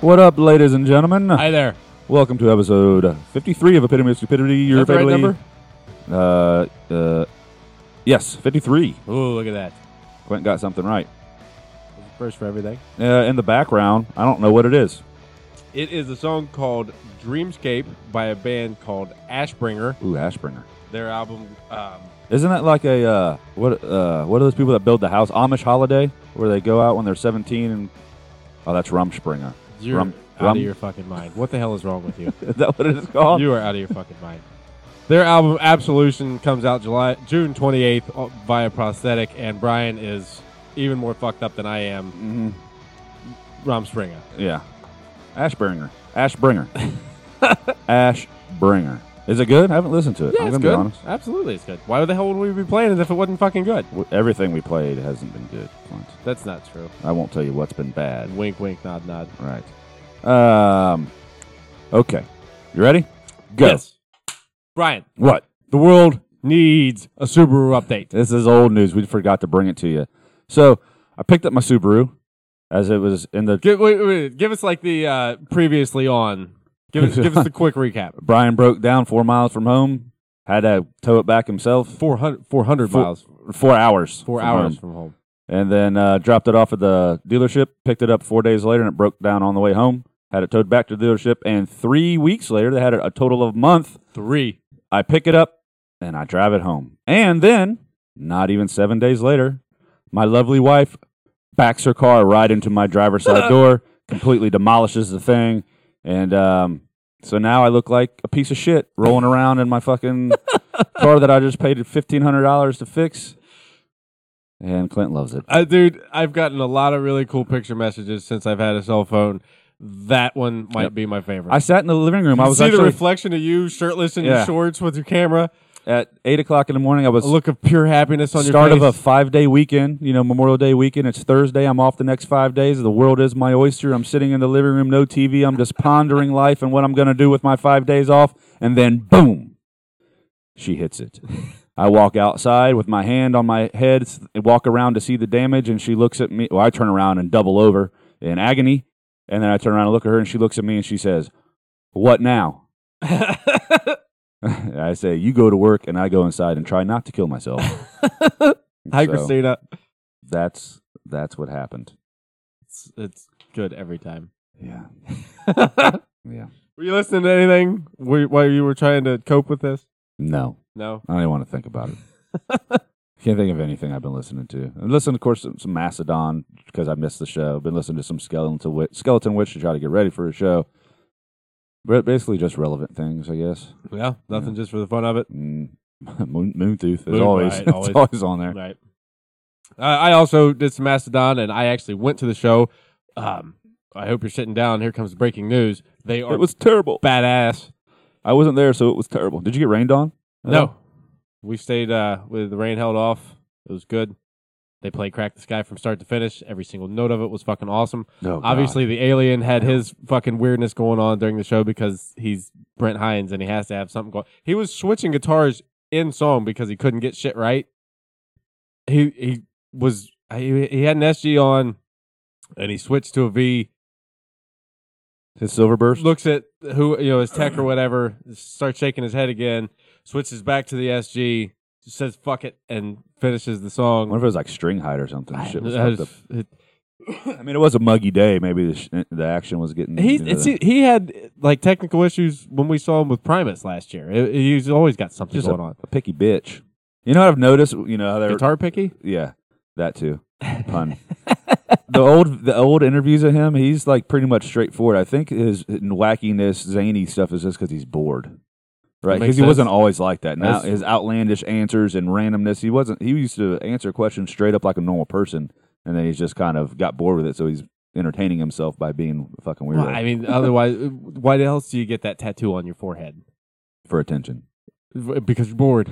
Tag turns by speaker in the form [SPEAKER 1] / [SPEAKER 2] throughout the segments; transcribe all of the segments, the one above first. [SPEAKER 1] What up, ladies and gentlemen?
[SPEAKER 2] Hi there.
[SPEAKER 1] Welcome to episode 53 of Epitome of Stupidity. Your
[SPEAKER 2] Is that the right number?
[SPEAKER 1] number? Uh, uh, yes, 53.
[SPEAKER 2] Ooh, look at that.
[SPEAKER 1] Quentin got something right.
[SPEAKER 2] First for everything.
[SPEAKER 1] Uh, in the background, I don't know what it is.
[SPEAKER 3] It is a song called Dreamscape by a band called Ashbringer.
[SPEAKER 1] Ooh, Ashbringer.
[SPEAKER 3] Their album, um,
[SPEAKER 1] Isn't that like a uh, what? Uh, what are those people that build the house? Amish holiday, where they go out when they're 17 and oh, that's Rumspringer.
[SPEAKER 2] You're
[SPEAKER 1] Rum-
[SPEAKER 2] out
[SPEAKER 1] rum- Oh.
[SPEAKER 2] of your fucking mind. What the hell is wrong with you?
[SPEAKER 1] Is that what it's called?
[SPEAKER 3] you are out of your fucking mind. Their album Absolution comes out July June 28th uh, via Prosthetic, and Brian is even more fucked up than I am.
[SPEAKER 1] Mhm. Mm-hmm.
[SPEAKER 3] Rom Springer.
[SPEAKER 1] Yeah, Ashbringer. Ashbringer. Ashbringer. Is it good? I haven't listened to it. I'm
[SPEAKER 3] Yeah, it's
[SPEAKER 1] gonna be
[SPEAKER 3] good.
[SPEAKER 1] honest.
[SPEAKER 3] Absolutely, it's good. Why the hell would we be playing it if it wasn't fucking good?
[SPEAKER 1] W- Everything we played hasn't been good. Clint.
[SPEAKER 3] That's not true.
[SPEAKER 1] I won't tell you what's been bad.
[SPEAKER 3] Wink, wink, nod, nod.
[SPEAKER 1] Right. Um. Okay. You ready? Go.
[SPEAKER 3] Yes. Brian,
[SPEAKER 1] What?
[SPEAKER 3] the world needs a Subaru update.
[SPEAKER 1] This is old news. We forgot to bring it to you. So I picked up my Subaru as it was in the.
[SPEAKER 3] Give, wait, wait, give us like the uh, previously on. Give us, give us the quick recap.
[SPEAKER 1] Brian broke down four miles from home. Had to tow it back himself.
[SPEAKER 3] 400, 400
[SPEAKER 1] Four-
[SPEAKER 3] miles,
[SPEAKER 1] Four hours.
[SPEAKER 3] four
[SPEAKER 1] from
[SPEAKER 3] hours
[SPEAKER 1] home.
[SPEAKER 3] from home.
[SPEAKER 1] And then uh, dropped it off at the dealership. Picked it up four days later, and it broke down on the way home. Had it towed back to the dealership, and three weeks later, they had it a total of a month.
[SPEAKER 3] Three.
[SPEAKER 1] I pick it up and I drive it home. And then, not even seven days later, my lovely wife backs her car right into my driver's side door, completely demolishes the thing. And um, so now I look like a piece of shit rolling around in my fucking car that I just paid $1,500 to fix. And Clint loves it.
[SPEAKER 3] Uh, dude, I've gotten a lot of really cool picture messages since I've had a cell phone. That one might
[SPEAKER 1] Yep.
[SPEAKER 3] be my favorite.
[SPEAKER 1] I sat in the living room.
[SPEAKER 3] You
[SPEAKER 1] I was
[SPEAKER 3] see the
[SPEAKER 1] actually
[SPEAKER 3] reflection of you shirtless in
[SPEAKER 1] Yeah.
[SPEAKER 3] your shorts with your camera.
[SPEAKER 1] at eight o'clock in the morning. I was
[SPEAKER 3] A look of pure happiness on
[SPEAKER 1] start
[SPEAKER 3] your face.
[SPEAKER 1] of a five day weekend. You know, Memorial Day weekend. It's Thursday. I'm off the next five days. The world is my oyster. I'm sitting in the living room, no TV. I'm just pondering life and what I'm going to do with my five days off. And then, boom, she hits it. I walk outside with my hand on my head, s- walk around to see the damage, and she looks at me. Well, I turn around and double over in agony. And then I turn around and look at her, and she looks at me and she says, What now? I say, You go to work, and I go inside and try not to kill myself.
[SPEAKER 3] Hi,
[SPEAKER 1] So-
[SPEAKER 3] Christina.
[SPEAKER 1] that's that's what happened.
[SPEAKER 3] It's, it's good every time.
[SPEAKER 1] Yeah,
[SPEAKER 3] were
[SPEAKER 1] yeah.
[SPEAKER 3] you listening to anything wh- while you were trying to cope with this?
[SPEAKER 1] No,
[SPEAKER 3] No.
[SPEAKER 1] I don't even want to think about it. Can't think of anything I've been listening to. I listened, of course, to some Macedon because I missed the show. Been listening to some Skeleton Witch, Skeleton Witch to try to get ready for a show. But basically, just relevant things, I guess.
[SPEAKER 3] Yeah, nothing
[SPEAKER 1] Yeah.
[SPEAKER 3] just for the fun of it.
[SPEAKER 1] Mm. Moon, Moontooth, as
[SPEAKER 3] Moon-
[SPEAKER 1] always,
[SPEAKER 3] right,
[SPEAKER 1] it's
[SPEAKER 3] always.
[SPEAKER 1] always on there.
[SPEAKER 3] Right. I I also did some Mastodon, and I actually went to the show. Um, I hope you're sitting down. Here comes breaking news. They are
[SPEAKER 1] It was terrible.
[SPEAKER 3] badass.
[SPEAKER 1] I wasn't there, so it was terrible. Did you get rained on?
[SPEAKER 3] No, we stayed uh, with the rain held off. It was good. They played Crack the Sky from start to finish. Every single note of it was fucking awesome.
[SPEAKER 1] no. Oh, God.
[SPEAKER 3] Obviously, the alien had his fucking weirdness going on during the show because he's Brent Hines and he has to have something going. He was switching guitars in song because he couldn't get shit right. He he was he, he had an SG on, and he switched to a V.
[SPEAKER 1] his silver burst.
[SPEAKER 3] Looks at who you know his tech or whatever, starts shaking his head again, switches back to the SG, says fuck it, and finishes the
[SPEAKER 1] I
[SPEAKER 3] song.
[SPEAKER 1] wonder if it was like string hide or something. Shit was
[SPEAKER 3] I-
[SPEAKER 1] fucked up. I mean, it was a muggy day. Maybe the, sh- the action was getting.
[SPEAKER 3] He
[SPEAKER 1] you know,
[SPEAKER 3] it
[SPEAKER 1] the-
[SPEAKER 3] se- he had like technical issues when we saw him with Primus last year. It- he's always got something
[SPEAKER 1] just a,
[SPEAKER 3] going on.
[SPEAKER 1] a picky bitch. You know what I've noticed? You know how they're
[SPEAKER 3] Guitar picky.
[SPEAKER 1] yeah, that too. Pun. the old the old interviews of him, he's like pretty much straightforward. I think his wackiness, zany stuff is just because he's bored, right?
[SPEAKER 3] makes
[SPEAKER 1] Because he wasn't
[SPEAKER 3] sense.
[SPEAKER 1] always like that. Now
[SPEAKER 3] That's-
[SPEAKER 1] his outlandish answers and randomness, he wasn't. He used to answer questions straight up like a normal person, and then he's just kind of got bored with it, so he's entertaining himself by being a fucking weirdo
[SPEAKER 3] Well, I mean, otherwise, why else do you get that tattoo on your forehead?
[SPEAKER 1] for attention.
[SPEAKER 3] Because you're bored.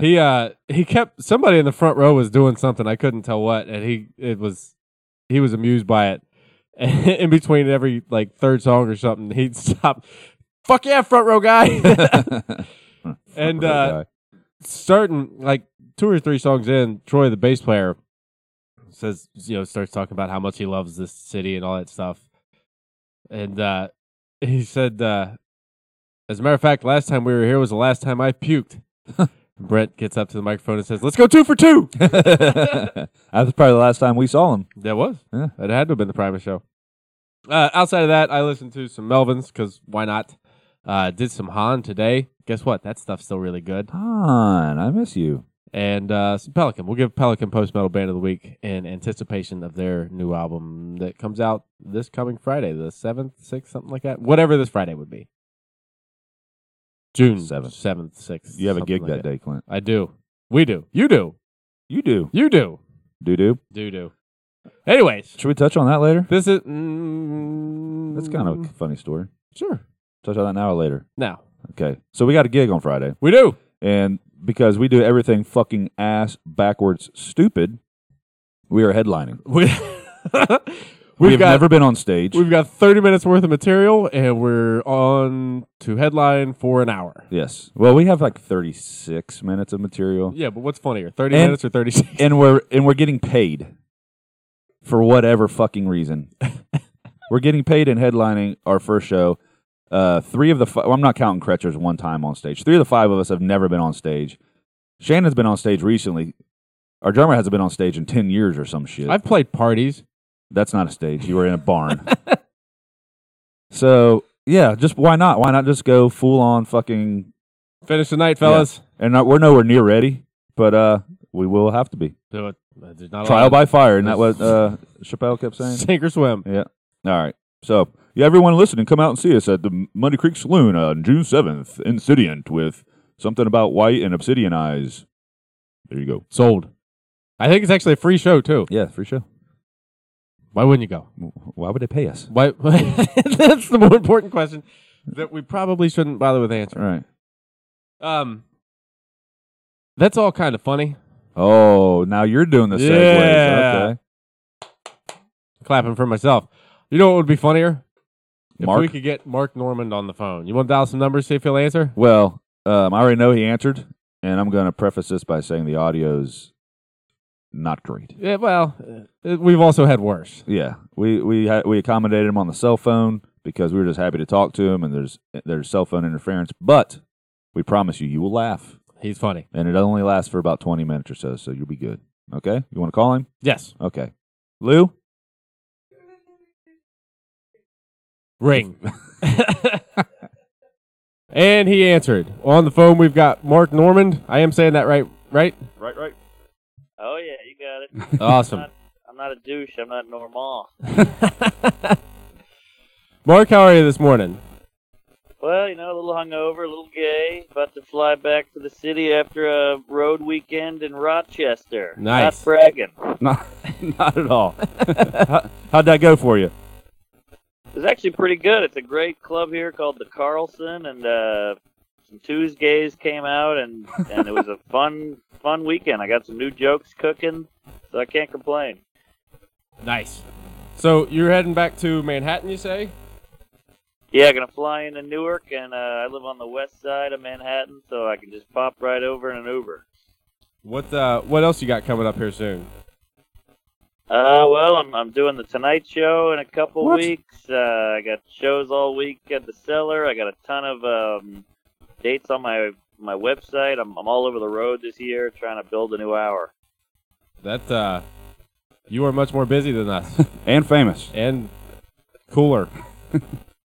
[SPEAKER 3] he uh he kept somebody in the front row was doing something I couldn't tell what, and he it was he was amused by it. And in between every like third song or something, he'd stop. Fuck yeah, front row guy. and uh, starting like two or three songs in, Troy, the bass player, says, you know, starts talking about how much he loves this city and all that stuff. and uh, he said, uh, "As a matter of fact, last time we were here was the last time I puked." Brent gets up to the microphone and says, "Let's go two for two.
[SPEAKER 1] that was probably the last time we saw him.
[SPEAKER 3] That was.
[SPEAKER 1] Yeah.
[SPEAKER 3] That had to have been the Primus show. Uh, outside of that, I listened to some Melvins because why not? Uh, did some Han today. Guess what? That stuff's still really good.
[SPEAKER 1] Han, I miss you.
[SPEAKER 3] And uh, some Pelican. We'll give Pelican Post Metal Band of the Week in anticipation of their new album that comes out this coming Friday, the 7th, 6th, something like that. Whatever this Friday would be. June
[SPEAKER 1] 7th.
[SPEAKER 3] 7th, 6th.
[SPEAKER 1] You have a
[SPEAKER 3] something
[SPEAKER 1] gig
[SPEAKER 3] like
[SPEAKER 1] that day, Clint.
[SPEAKER 3] I do. We do. You do.
[SPEAKER 1] You do.
[SPEAKER 3] You do.
[SPEAKER 1] Do do.
[SPEAKER 3] Do do. Anyways,
[SPEAKER 1] Should we touch on that later?
[SPEAKER 3] this is. Mm,
[SPEAKER 1] That's kind of a funny story.
[SPEAKER 3] Sure.
[SPEAKER 1] Touch on that now or later.
[SPEAKER 3] Now
[SPEAKER 1] Okay. So we got a gig on Friday.
[SPEAKER 3] we do.
[SPEAKER 1] And because we do everything fucking ass backwards stupid, we are headlining.
[SPEAKER 3] We
[SPEAKER 1] We've,
[SPEAKER 3] we've got
[SPEAKER 1] never been on stage.
[SPEAKER 3] we've got thirty minutes worth of material, and we're on to headline for an hour.
[SPEAKER 1] Yes. Well, we have like 36 minutes of material
[SPEAKER 3] Yeah, but what's funnier, thirty
[SPEAKER 1] And-
[SPEAKER 3] minutes or thirty six?
[SPEAKER 1] and we're and we're getting paid for whatever fucking reason. we're getting paid in headlining our first show. Uh, three of the fi- well, I'm not counting Kretcher's one time on stage. Three of the five of us have never been on stage. Shannon's been on stage recently. Our drummer hasn't been on stage in 10 years or some shit.
[SPEAKER 3] I've played parties.
[SPEAKER 1] That's not a stage. You were in a barn. so yeah, just why not? Why not just go full on fucking?
[SPEAKER 3] Finish the night, fellas.
[SPEAKER 1] And not, we're nowhere near ready, but uh, we will have to be
[SPEAKER 3] Do it. Uh, There's not a
[SPEAKER 1] trial
[SPEAKER 3] lot
[SPEAKER 1] by fire, and that what uh, Chappelle kept
[SPEAKER 3] of-
[SPEAKER 1] saying.
[SPEAKER 3] sink or swim.
[SPEAKER 1] Yeah. All right. So yeah, everyone listening, come out and see us at the Muddy Creek Saloon on June seventh, Incident with something about white and obsidian eyes. There you go.
[SPEAKER 3] Sold. I think it's actually a free show too.
[SPEAKER 1] Yeah, free show.
[SPEAKER 3] Why wouldn't you go?
[SPEAKER 1] Why would they pay us?
[SPEAKER 3] Why? That's the more important question that we probably shouldn't bother with answering.
[SPEAKER 1] All right.
[SPEAKER 3] Um, that's all kind of funny.
[SPEAKER 1] Oh, now you're doing the segues.
[SPEAKER 3] Yeah.
[SPEAKER 1] Okay.
[SPEAKER 3] clapping for myself. You know what would be funnier? If
[SPEAKER 1] Mark?
[SPEAKER 3] we could get Mark Norman on the phone. You want to dial some numbers, see if he'll answer?
[SPEAKER 1] Well, um, I already know he answered, and I'm going to preface this by saying the audio's not great.
[SPEAKER 3] Yeah, well, uh, we've also had worse.
[SPEAKER 1] Yeah, we we ha- we accommodated him on the cell phone because we were just happy to talk to him, and there's there's cell phone interference. But we promise you, you will laugh,
[SPEAKER 3] He's funny.
[SPEAKER 1] and it only lasts for about 20 minutes or so, so you'll be good. Okay, you want to call him?
[SPEAKER 3] Yes.
[SPEAKER 1] Okay, Lou.
[SPEAKER 3] Ring. and he answered. On the phone, we've got Mark Norman. I am saying that right, right?
[SPEAKER 1] Right, right.
[SPEAKER 4] Oh yeah, you got it.
[SPEAKER 3] Awesome.
[SPEAKER 4] I'm not a douche. I'm not normal.
[SPEAKER 3] Mark, how are you this morning?
[SPEAKER 4] Well, you know, a little hungover, a little gay. About to fly back to the city after a road weekend in Rochester.
[SPEAKER 3] Nice.
[SPEAKER 4] Not bragging.
[SPEAKER 1] Not, not at all. How, how'd that go for you?
[SPEAKER 4] It's actually pretty good. It's a great club here called the Carlson, and uh, some Tuesdays came out, and and it was a fun fun weekend. I got some new jokes cooking, so I can't complain.
[SPEAKER 3] Nice. So you're heading back to Manhattan, you say?
[SPEAKER 4] Yeah, gonna fly into Newark, and uh, I live on the west side of Manhattan, so I can just pop right over in an Uber.
[SPEAKER 3] What uh, What else you got coming up here soon?
[SPEAKER 4] Uh, well, I'm I'm doing the Tonight Show in a couple
[SPEAKER 1] What?
[SPEAKER 4] weeks. Uh, I got shows all week at the Cellar. I got a ton of um, dates on my my website. I'm I'm all over the road this year, trying to build a new hour.
[SPEAKER 3] That uh, you are much more busy than us.
[SPEAKER 1] And famous.
[SPEAKER 3] and cooler.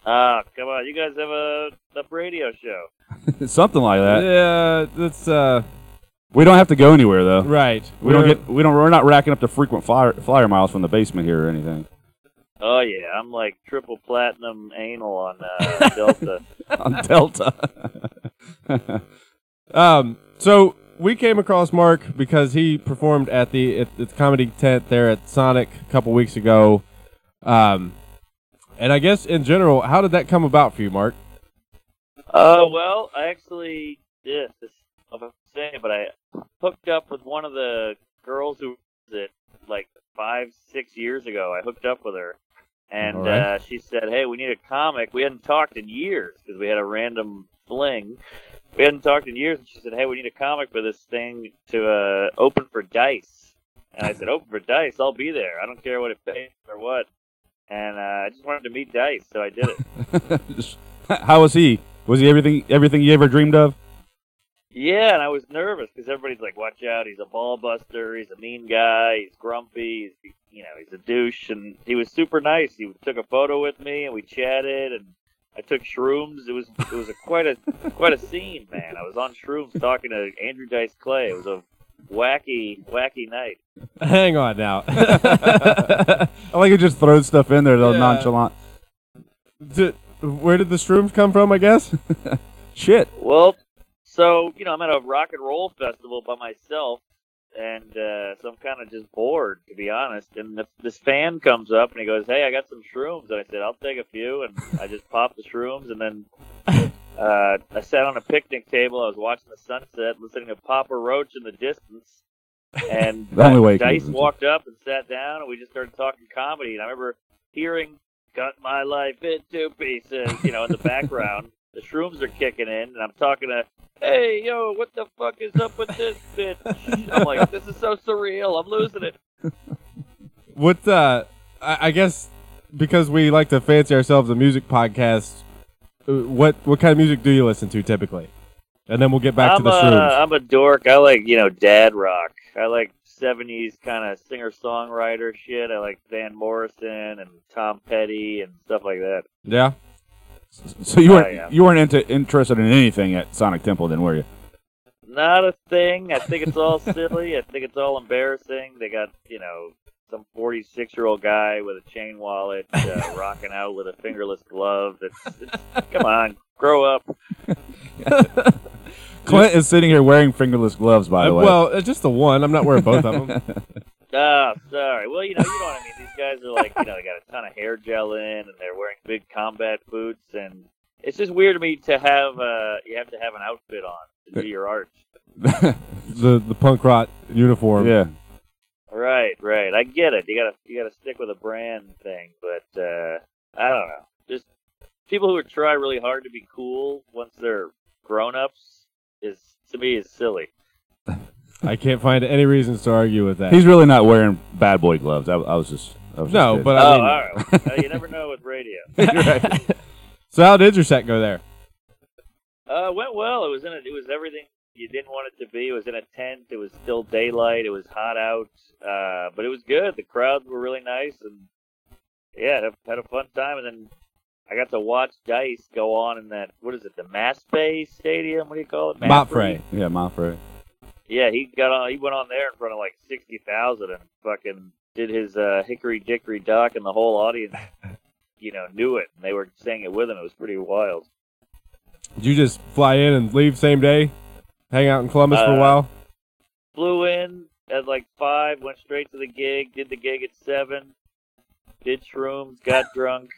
[SPEAKER 4] Ah, come on, you guys have a up radio show.
[SPEAKER 1] Something like that.
[SPEAKER 3] yeah, that's uh,
[SPEAKER 1] We don't have to go anywhere though.
[SPEAKER 3] right.
[SPEAKER 1] We don't get we don't we're not racking up the frequent flyer, flyer miles from the basement here or anything.
[SPEAKER 4] Oh yeah, I'm like triple platinum anal on uh, Delta.
[SPEAKER 1] On Delta.
[SPEAKER 3] Um, so we came across Mark because he performed at the at, at the comedy tent there at Sonic a couple weeks ago. Um, and I guess in general, how did that come about for you, Mark?
[SPEAKER 4] Uh, well, I actually did this of a say, but I hooked up with one of the girls who was it like five, six years ago. I hooked up with her, and
[SPEAKER 3] All right.
[SPEAKER 4] uh, she said, "Hey, we need a comic. We hadn't talked in years because we had a random fling. We hadn't talked in years." And she said, "Hey, we need a comic for this thing to uh, open for Dice." And I said, "Open for Dice? I'll be there. I don't care what it pays or what." And uh, I just wanted wanted to meet Dice, so I did it.
[SPEAKER 1] How was he? Was he everything everything you ever dreamed of?
[SPEAKER 4] Yeah, and I was nervous because everybody's like, "Watch out! He's a ball buster. He's a mean guy. He's grumpy. He's you know, he's a douche." And he was super nice. He took a photo with me, and we chatted, and I took shrooms. It was it was a, quite a quite a scene, man. I was on shrooms talking to Andrew Dice Clay. It was a wacky wacky night.
[SPEAKER 3] Hang on now.
[SPEAKER 1] I like it just throws stuff in there though
[SPEAKER 3] Yeah.
[SPEAKER 1] nonchalant.
[SPEAKER 3] D- where did the shrooms come from? I guess.
[SPEAKER 1] Shit.
[SPEAKER 4] Well, so you know, I'm at a rock and roll festival by myself, and uh, so I'm kind of just bored, to be honest. And the, this fan comes up and he goes, "Hey, I got some shrooms," and I said, "I'll take a few," and I just popped the shrooms, and then. Uh, I sat on a picnic table. I was watching the sunset, listening to Papa Roach in the distance, and uh,
[SPEAKER 1] The only way it
[SPEAKER 4] Dice
[SPEAKER 1] can-
[SPEAKER 4] walked up and sat down, and we just started talking comedy. And I remember hearing cut my life into pieces, you know, in the background. the shrooms are kicking in, and I'm talking to, hey, yo, what the fuck is up with this bitch? I'm like, this is so surreal. I'm losing it.
[SPEAKER 3] What? Uh, I, I guess because we like to fancy ourselves a music podcast. uh, What what kind of music do you listen to typically? And then we'll get back
[SPEAKER 4] I'm, uh,
[SPEAKER 3] to the
[SPEAKER 4] a,
[SPEAKER 3] shrooms.
[SPEAKER 4] I'm a dork. I like, you know, dad rock. I like 70s kind of singer songwriter shit. I like Van Morrison and Tom Petty and stuff like that.
[SPEAKER 3] yeah.
[SPEAKER 1] So you
[SPEAKER 3] Uh,
[SPEAKER 4] Oh,
[SPEAKER 1] weren't
[SPEAKER 4] yeah.
[SPEAKER 1] you weren't into interested in anything at Sonic Temple then, were you?
[SPEAKER 4] Not a thing. I think it's all silly. I think it's all embarrassing. They got, you know, some 46 year old guy with a chain wallet uh, rocking out with a fingerless glove. It's, it's, come on, grow up.
[SPEAKER 1] Clint is sitting here wearing fingerless gloves, by the
[SPEAKER 3] Uh,
[SPEAKER 1] way.
[SPEAKER 3] well, uh, just the one. I'm not wearing both of them.
[SPEAKER 4] Ah, sorry. Well, you know, you know what I mean. These guys are like, you know, they got a ton of hair gel in, and they're wearing big combat boots, and it's just weird to me to have uh, you have to have an outfit on to do your art.
[SPEAKER 3] the the punk rock uniform.
[SPEAKER 1] yeah.
[SPEAKER 4] Right, right. I get it. You gotta you gotta stick with a brand thing, but uh I don't know. Just people who try really hard to be cool once they're grown ups is to me is silly.
[SPEAKER 3] I can't find any reasons to argue with that.
[SPEAKER 1] He's really not wearing bad boy gloves. I, I was just I was
[SPEAKER 3] no,
[SPEAKER 1] just
[SPEAKER 3] but
[SPEAKER 4] Oh,
[SPEAKER 3] I mean,
[SPEAKER 4] all right. Well, you never know with radio.
[SPEAKER 3] so how did your set go there?
[SPEAKER 4] Uh, it went well. It was in a, it was everything you didn't want it to be. It was in a tent. It was still daylight. It was hot out. Uh, but it was good. The crowds were really nice, and yeah, had a, had a fun time. And then I got to watch Dice go on in that what is it, the Mass Bay Stadium? What do you call it? Mass Bay?
[SPEAKER 3] Mopfrey.
[SPEAKER 1] yeah, my friend.
[SPEAKER 4] Yeah, he got on. He went on there in front of like sixty thousand and fucking did his uh, hickory dickory dock, and the whole audience, you know, knew it, and they were saying it with him. It was pretty wild.
[SPEAKER 3] Did you just fly in and leave same day? Hang out in Columbus for a
[SPEAKER 4] Uh,
[SPEAKER 3] while?
[SPEAKER 4] flew in at like five, went straight to the gig, did the gig at seven, did shrooms, got drunk,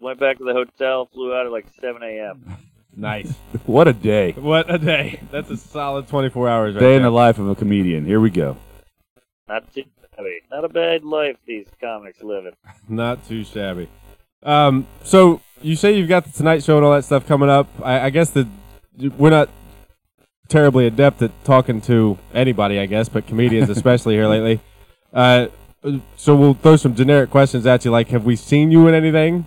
[SPEAKER 4] went back to the hotel, flew out at like seven a.m.
[SPEAKER 3] Nice.
[SPEAKER 1] What a day.
[SPEAKER 3] What a day. That's a solid 24 hours right
[SPEAKER 1] Day in
[SPEAKER 3] there.
[SPEAKER 1] the life of a comedian. Here we go.
[SPEAKER 4] Not too, I mean, not a bad life these comics living.
[SPEAKER 3] Not too shabby. Um, so you say you've got the Tonight Show and all that stuff coming up. I, I guess that we're not terribly adept at talking to anybody, I guess, but comedians especially here lately. Uh, so we'll throw some generic questions at you, like, have we seen you in anything?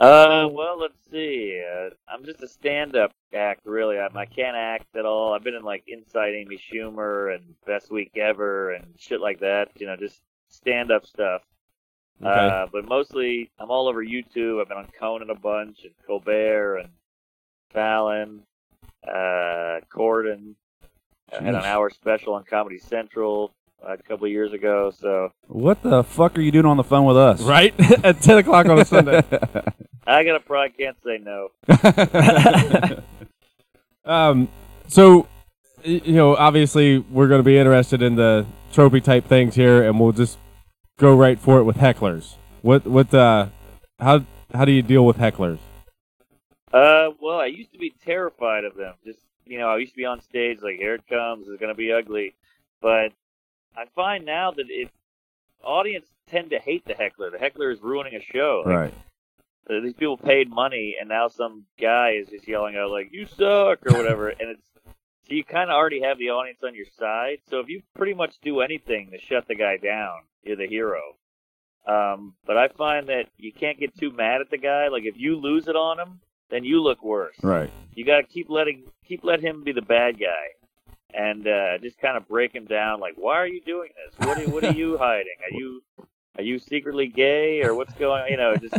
[SPEAKER 4] Uh, well, let's see. Uh, I'm just a stand-up act, really. I, I can't act at all. I've been in like Inside Amy Schumer and Best Week Ever and shit like that. You know, just stand-up stuff.
[SPEAKER 3] Okay.
[SPEAKER 4] Uh, but mostly, I'm all over YouTube. I've been on Conan a bunch and Colbert and Fallon, uh, Corden. I had an
[SPEAKER 1] Jeez.
[SPEAKER 4] hour special on Comedy Central uh, a couple of years ago. So
[SPEAKER 1] What the fuck are you doing on the phone with us?
[SPEAKER 3] right? at 10 o'clock on a Sunday.
[SPEAKER 4] I gotta probably can't say no.
[SPEAKER 3] Um, so, y- you know, obviously we're going to be interested in the trophy type things here, and we'll just go right for it with hecklers. What, what, uh, how, how do you deal with hecklers?
[SPEAKER 4] Uh, well, I used to be terrified of them. Just you know, I used to be on stage like, "Here it comes, it's gonna be ugly," but I find now that it audience tend to hate the heckler. The heckler is ruining a show. Like,
[SPEAKER 1] Right.
[SPEAKER 4] uh, these people paid money, and now some guy is just yelling out like, "You suck" or whatever, and it's so you kind of already have the audience on your side. So if you pretty much do anything to shut the guy down, you're the hero. Um, but I find that you can't get too mad at the guy. Like if you lose it on him, then you look worse.
[SPEAKER 1] Right.
[SPEAKER 4] You got to keep letting keep let him be the bad guy, and uh, just kind of break him down. Like, why are you doing this? What are, what are you hiding? Are you are you secretly gay or what's going? on? You know, just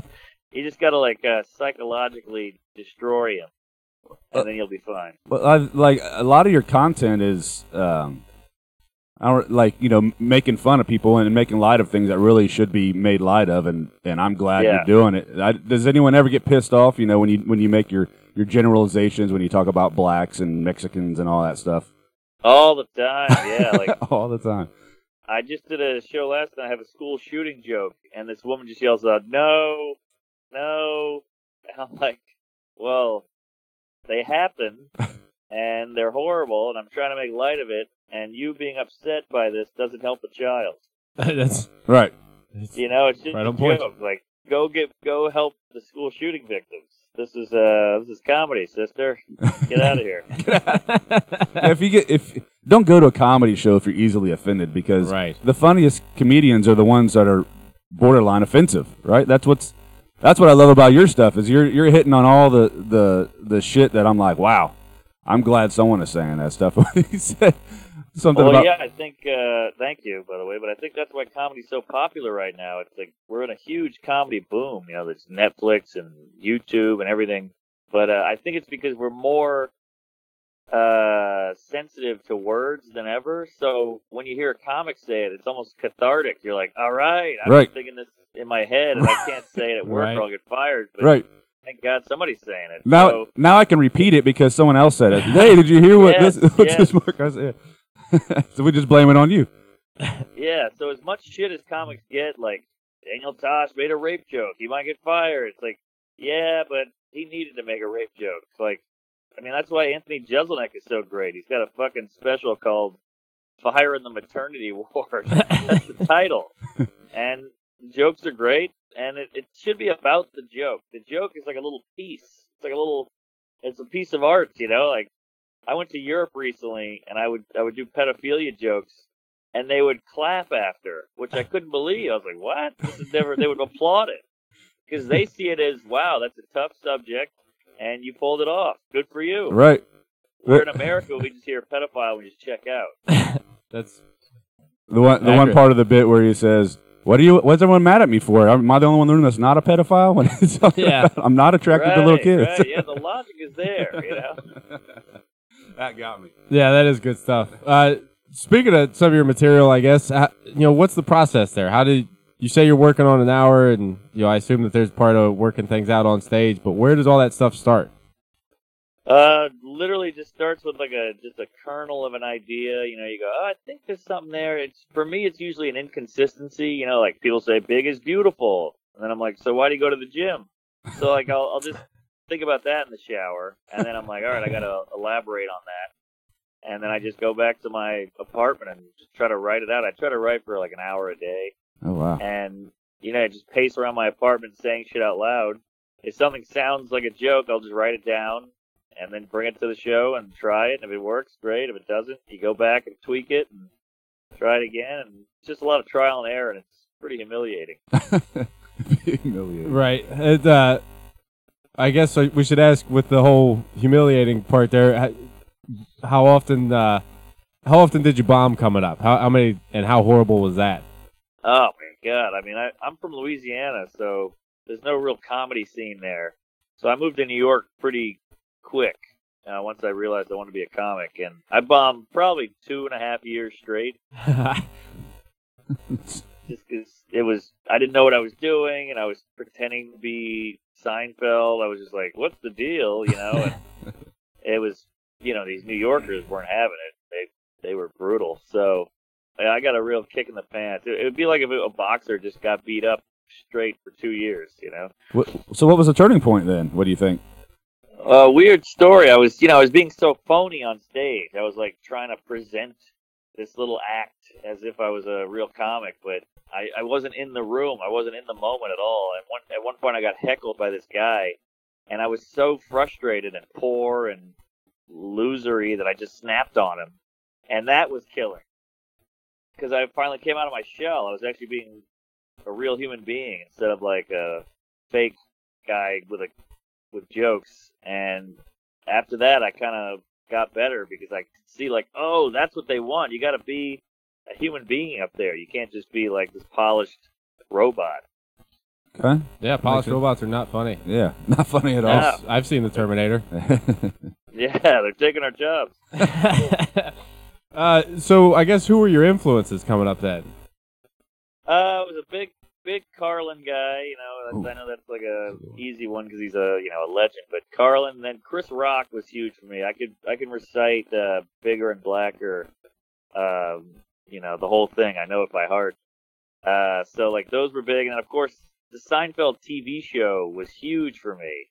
[SPEAKER 4] you just got to like uh, psychologically destroy him, and then you'll be fine.
[SPEAKER 1] Well, I, like a lot of your content is, um, I don't, like you know, m- making fun of people and making light of things that really should be made light of, and, and I'm glad
[SPEAKER 4] Yeah.
[SPEAKER 1] you're doing it. I, does anyone ever get pissed off? You know, when you when you make your your generalizations when you talk about blacks and Mexicans and all that stuff
[SPEAKER 4] All the time, yeah. Like
[SPEAKER 1] all the time.
[SPEAKER 4] I just did a show last night. I have a school shooting joke, and this woman just yells out, "No, no!" And I'm like, "Well, they happen, and they're horrible, and I'm trying to make light of it. And you being upset by this doesn't help a child.
[SPEAKER 3] That's
[SPEAKER 1] Right.
[SPEAKER 4] You know, it's just
[SPEAKER 3] Right
[SPEAKER 4] a
[SPEAKER 3] on point.
[SPEAKER 4] joke. Like, go get, go help the school shooting victims. This is uh, this is comedy, sister. Get out of here.
[SPEAKER 1] if you get if don't go to a comedy show if you're easily offended because
[SPEAKER 3] Right.
[SPEAKER 1] the funniest comedians are the ones that are borderline offensive, right? That's what's that's what I love about your stuff is you're you're hitting on all the the the shit that I'm like, wow, I'm glad someone is saying that stuff. he said something
[SPEAKER 4] Well,
[SPEAKER 1] about
[SPEAKER 4] yeah, I think. Uh, thank you, by the way. But I think that's why comedy's so popular right now. It's like we're in a huge comedy boom. You know, there's Netflix and YouTube and everything. But uh, I think it's because we're more uh, sensitive to words than ever. So when you hear a comic say it, it's almost cathartic. You're like, all right, I'm
[SPEAKER 1] Right.
[SPEAKER 4] thinking this in my head, and I can't say it at work
[SPEAKER 3] Right.
[SPEAKER 4] or I'll get fired. But
[SPEAKER 1] right
[SPEAKER 4] Thank God somebody's saying it.
[SPEAKER 1] now.
[SPEAKER 4] So-
[SPEAKER 1] now I can repeat it because someone else said it. Hey, did you hear what
[SPEAKER 4] Yes,
[SPEAKER 1] this? What
[SPEAKER 4] yes.
[SPEAKER 1] this Mark I said? so we just blame it on you.
[SPEAKER 4] Yeah, so as much shit as comics get, like Daniel Tosh made a rape joke, he might get fired. It's like, yeah, but he needed to make a rape joke. It's like, I mean, that's why Anthony Jeselnik is so great. He's got a fucking special called "Fire in the Maternity Ward." that's the title, and jokes are great. And it, it should be about the joke. The joke is like a little piece. It's like a little. It's a piece of art, you know. Like I went to Europe recently, and I would I would do pedophilia jokes, and they would clap after, which I couldn't believe. I was like, "What? This is never." They would applaud it because they see it as, "Wow, that's a tough subject, and you pulled it off. Good for you."
[SPEAKER 1] Right.
[SPEAKER 4] Where in America, we just hear pedophile when you check out.
[SPEAKER 3] that's
[SPEAKER 1] The one, the one
[SPEAKER 3] Accurate.
[SPEAKER 1] part of the bit where he says, "What are you? What's everyone mad at me for? Am I the only one in the room that's not a pedophile? When it's all
[SPEAKER 3] Yeah.
[SPEAKER 1] about- I'm not attracted
[SPEAKER 4] right,
[SPEAKER 1] to little kids."
[SPEAKER 4] right, Yeah, the logic is there. You know,
[SPEAKER 1] That got me.
[SPEAKER 3] yeah, that is good stuff. Uh, speaking of some of your material, I guess how, you know what's the process there. How did you say you're working on an hour, and you know I assume that there's part of working things out on stage, but where does all that stuff start?
[SPEAKER 4] uh, literally just starts with like a just a kernel of an idea. You know, you go, "Oh, I think there's something there." It's for me, it's usually an inconsistency. You know, like people say, "Big is beautiful," and then I'm like, "So why do you go to the gym?" So like, I'll, I'll just think about that in the shower, and then I'm like, "All right, I gotta elaborate on that." And then I just go back to my apartment and just try to write it out. I try to write for like an hour a day.
[SPEAKER 1] Oh wow.
[SPEAKER 4] and you know, I just pace around my apartment saying shit out loud. If something sounds like a joke, I'll just write it down and then bring it to the show and try it. And if it works, great. If it doesn't, you go back and tweak it and try it again. And it's just a lot of trial and error, and it's pretty humiliating.
[SPEAKER 1] Humiliating.
[SPEAKER 3] Right. It, uh, I guess I- we should ask with the whole humiliating part there. How, how often? Uh, how often did you bomb coming up? How, how many? And how horrible was that?
[SPEAKER 4] Oh my god! I mean, I, I'm from Louisiana, so there's no real comedy scene there. So I moved to New York pretty quick uh, once I realized I wanted to be a comic, and I bombed probably two and a half years straight. just 'cause it was I didn't know what I was doing, and I was pretending to be Seinfeld. I was just like, "What's the deal?" You know, and it was you know these New Yorkers weren't having it. They they were brutal. So yeah, I got a real kick in the pants. It, it would be like if a boxer just got beat up straight for two years. You know.
[SPEAKER 1] What, so what was the turning point then? What do you think?
[SPEAKER 4] Uh, weird story. I was, you know, I was being so phony on stage. I was like trying to present this little act as if I was a real comic, but I, I wasn't in the room. I wasn't in the moment at all. At one at one point, I got heckled by this guy, and I was so frustrated and poor and losery that I just snapped on him, and that was killing. Because I finally came out of my shell. I was actually being a real human being instead of like a fake guy with a with jokes. And after that, I kind of got better because I could see like, oh, that's what they want. You got to be a human being up there. You can't just be like this polished robot.
[SPEAKER 1] Okay.
[SPEAKER 3] Yeah, polished
[SPEAKER 1] Makes it-
[SPEAKER 3] robots are not funny.
[SPEAKER 1] Yeah. Not funny at all.
[SPEAKER 4] Yeah.
[SPEAKER 3] I've, I've seen the Terminator.
[SPEAKER 4] Yeah, they're taking our jobs.
[SPEAKER 3] uh, so I guess who were your influences coming up then?
[SPEAKER 4] Uh, it was a big, big Carlin guy. You know,
[SPEAKER 1] Ooh.
[SPEAKER 4] that's, I know that's like a easy one because he's a you know a legend. But Carlin, then Chris Rock was huge for me. I could I can recite uh, bigger and blacker, um, you know, the whole thing. I know it by heart. Uh, so like those were big, and then of course the Seinfeld TV show was huge for me.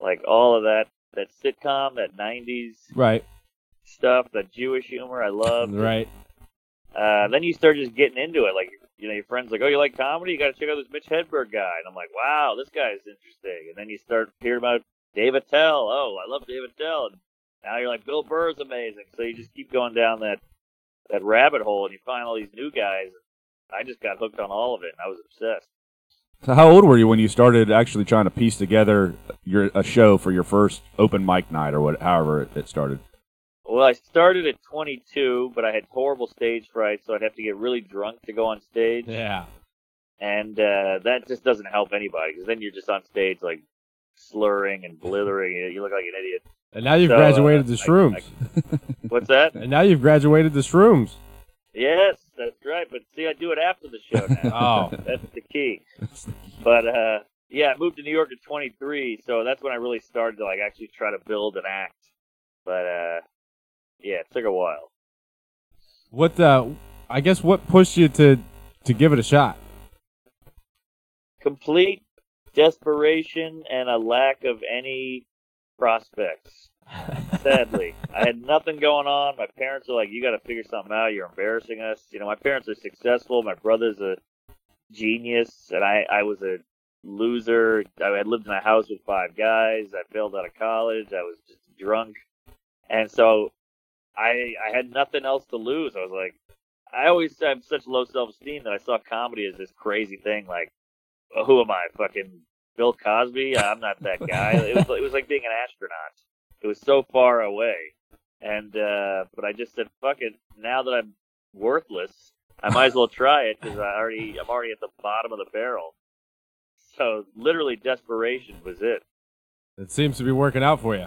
[SPEAKER 4] Like all of that that sitcom, that '90s
[SPEAKER 3] Right,
[SPEAKER 4] stuff, that Jewish humor, I loved.
[SPEAKER 3] right.
[SPEAKER 4] Uh, then you start just getting into it. Like, you know, your friend's like, oh, you like comedy? You got to check out this Mitch Hedberg guy. And I'm like, wow, this guy's interesting. And then you start hearing about Dave Attell. Oh, I love Dave Attell. And now you're like, Bill Burr's amazing. So you just keep going down that, that rabbit hole and you find all these new guys. I just got hooked on all of it and I was obsessed.
[SPEAKER 1] so how old were you when you started actually trying to piece together your a show for your first open mic night or what, however it, it started?
[SPEAKER 4] Well, I started at 22, but I had horrible stage fright, so I'd have to get really drunk to go on stage.
[SPEAKER 3] Yeah.
[SPEAKER 4] and uh, that just doesn't help anybody because then you're just on stage like slurring and blithering. You- You look like an idiot.
[SPEAKER 3] And now you've
[SPEAKER 4] So, uh,
[SPEAKER 3] graduated the
[SPEAKER 4] I-
[SPEAKER 3] shrooms.
[SPEAKER 4] What's that?
[SPEAKER 3] and now you've graduated the shrooms.
[SPEAKER 4] yes, that's right. But see, I do it after the show now.
[SPEAKER 3] Oh,
[SPEAKER 4] that's the key. But uh, yeah, I moved to New York at 23, so that's when I really started to like actually try to build an act. But uh, yeah, it took a while.
[SPEAKER 3] what? Uh, I guess what pushed you to to give it a shot?
[SPEAKER 4] Complete desperation and a lack of any prospects. sadly. I had nothing going on. My parents are like, you got to figure something out. You're embarrassing us. You know, my parents are successful. My brother's a genius, and I, I was a loser. I had lived in a house with five guys. I failed out of college. I was just drunk. And so I, I had nothing else to lose. I was like, I always have such low self esteem that I saw comedy as this crazy thing. Like, Uh, who am I? Fucking Bill Cosby? I'm not that guy. It was, it was like being an astronaut it was so far away and uh but i just said fuck it now that i'm worthless i might as well try it because i already i'm already at the bottom of the barrel so literally desperation was it
[SPEAKER 3] It seems to be working out for you.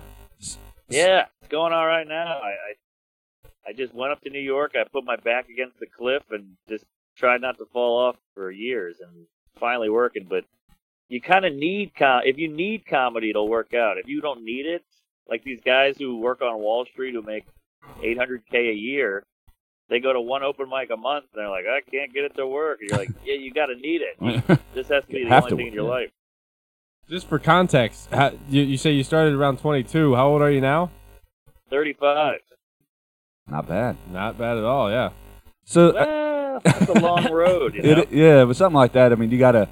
[SPEAKER 4] yeah it's going all right now i i, I just went up to new york i put my back against the cliff and just tried not to fall off for years and finally working but you kind of need com- if you need comedy it'll work out if you don't need it like these guys who work on wall street who make 800k a year they go to one open mic a month and they're like i can't get it to work and you're like yeah you gotta need it this has to be
[SPEAKER 1] You
[SPEAKER 4] the
[SPEAKER 1] have
[SPEAKER 4] only
[SPEAKER 1] to
[SPEAKER 4] thing in your
[SPEAKER 1] work
[SPEAKER 4] life
[SPEAKER 3] Just for context, how, you, you say you started around 22. How old are you now?
[SPEAKER 4] 35
[SPEAKER 1] Not bad.
[SPEAKER 3] Not bad at all. Yeah.
[SPEAKER 1] So uh,
[SPEAKER 4] well it's a long road you know?
[SPEAKER 1] It, yeah, but something like that. I mean, you gotta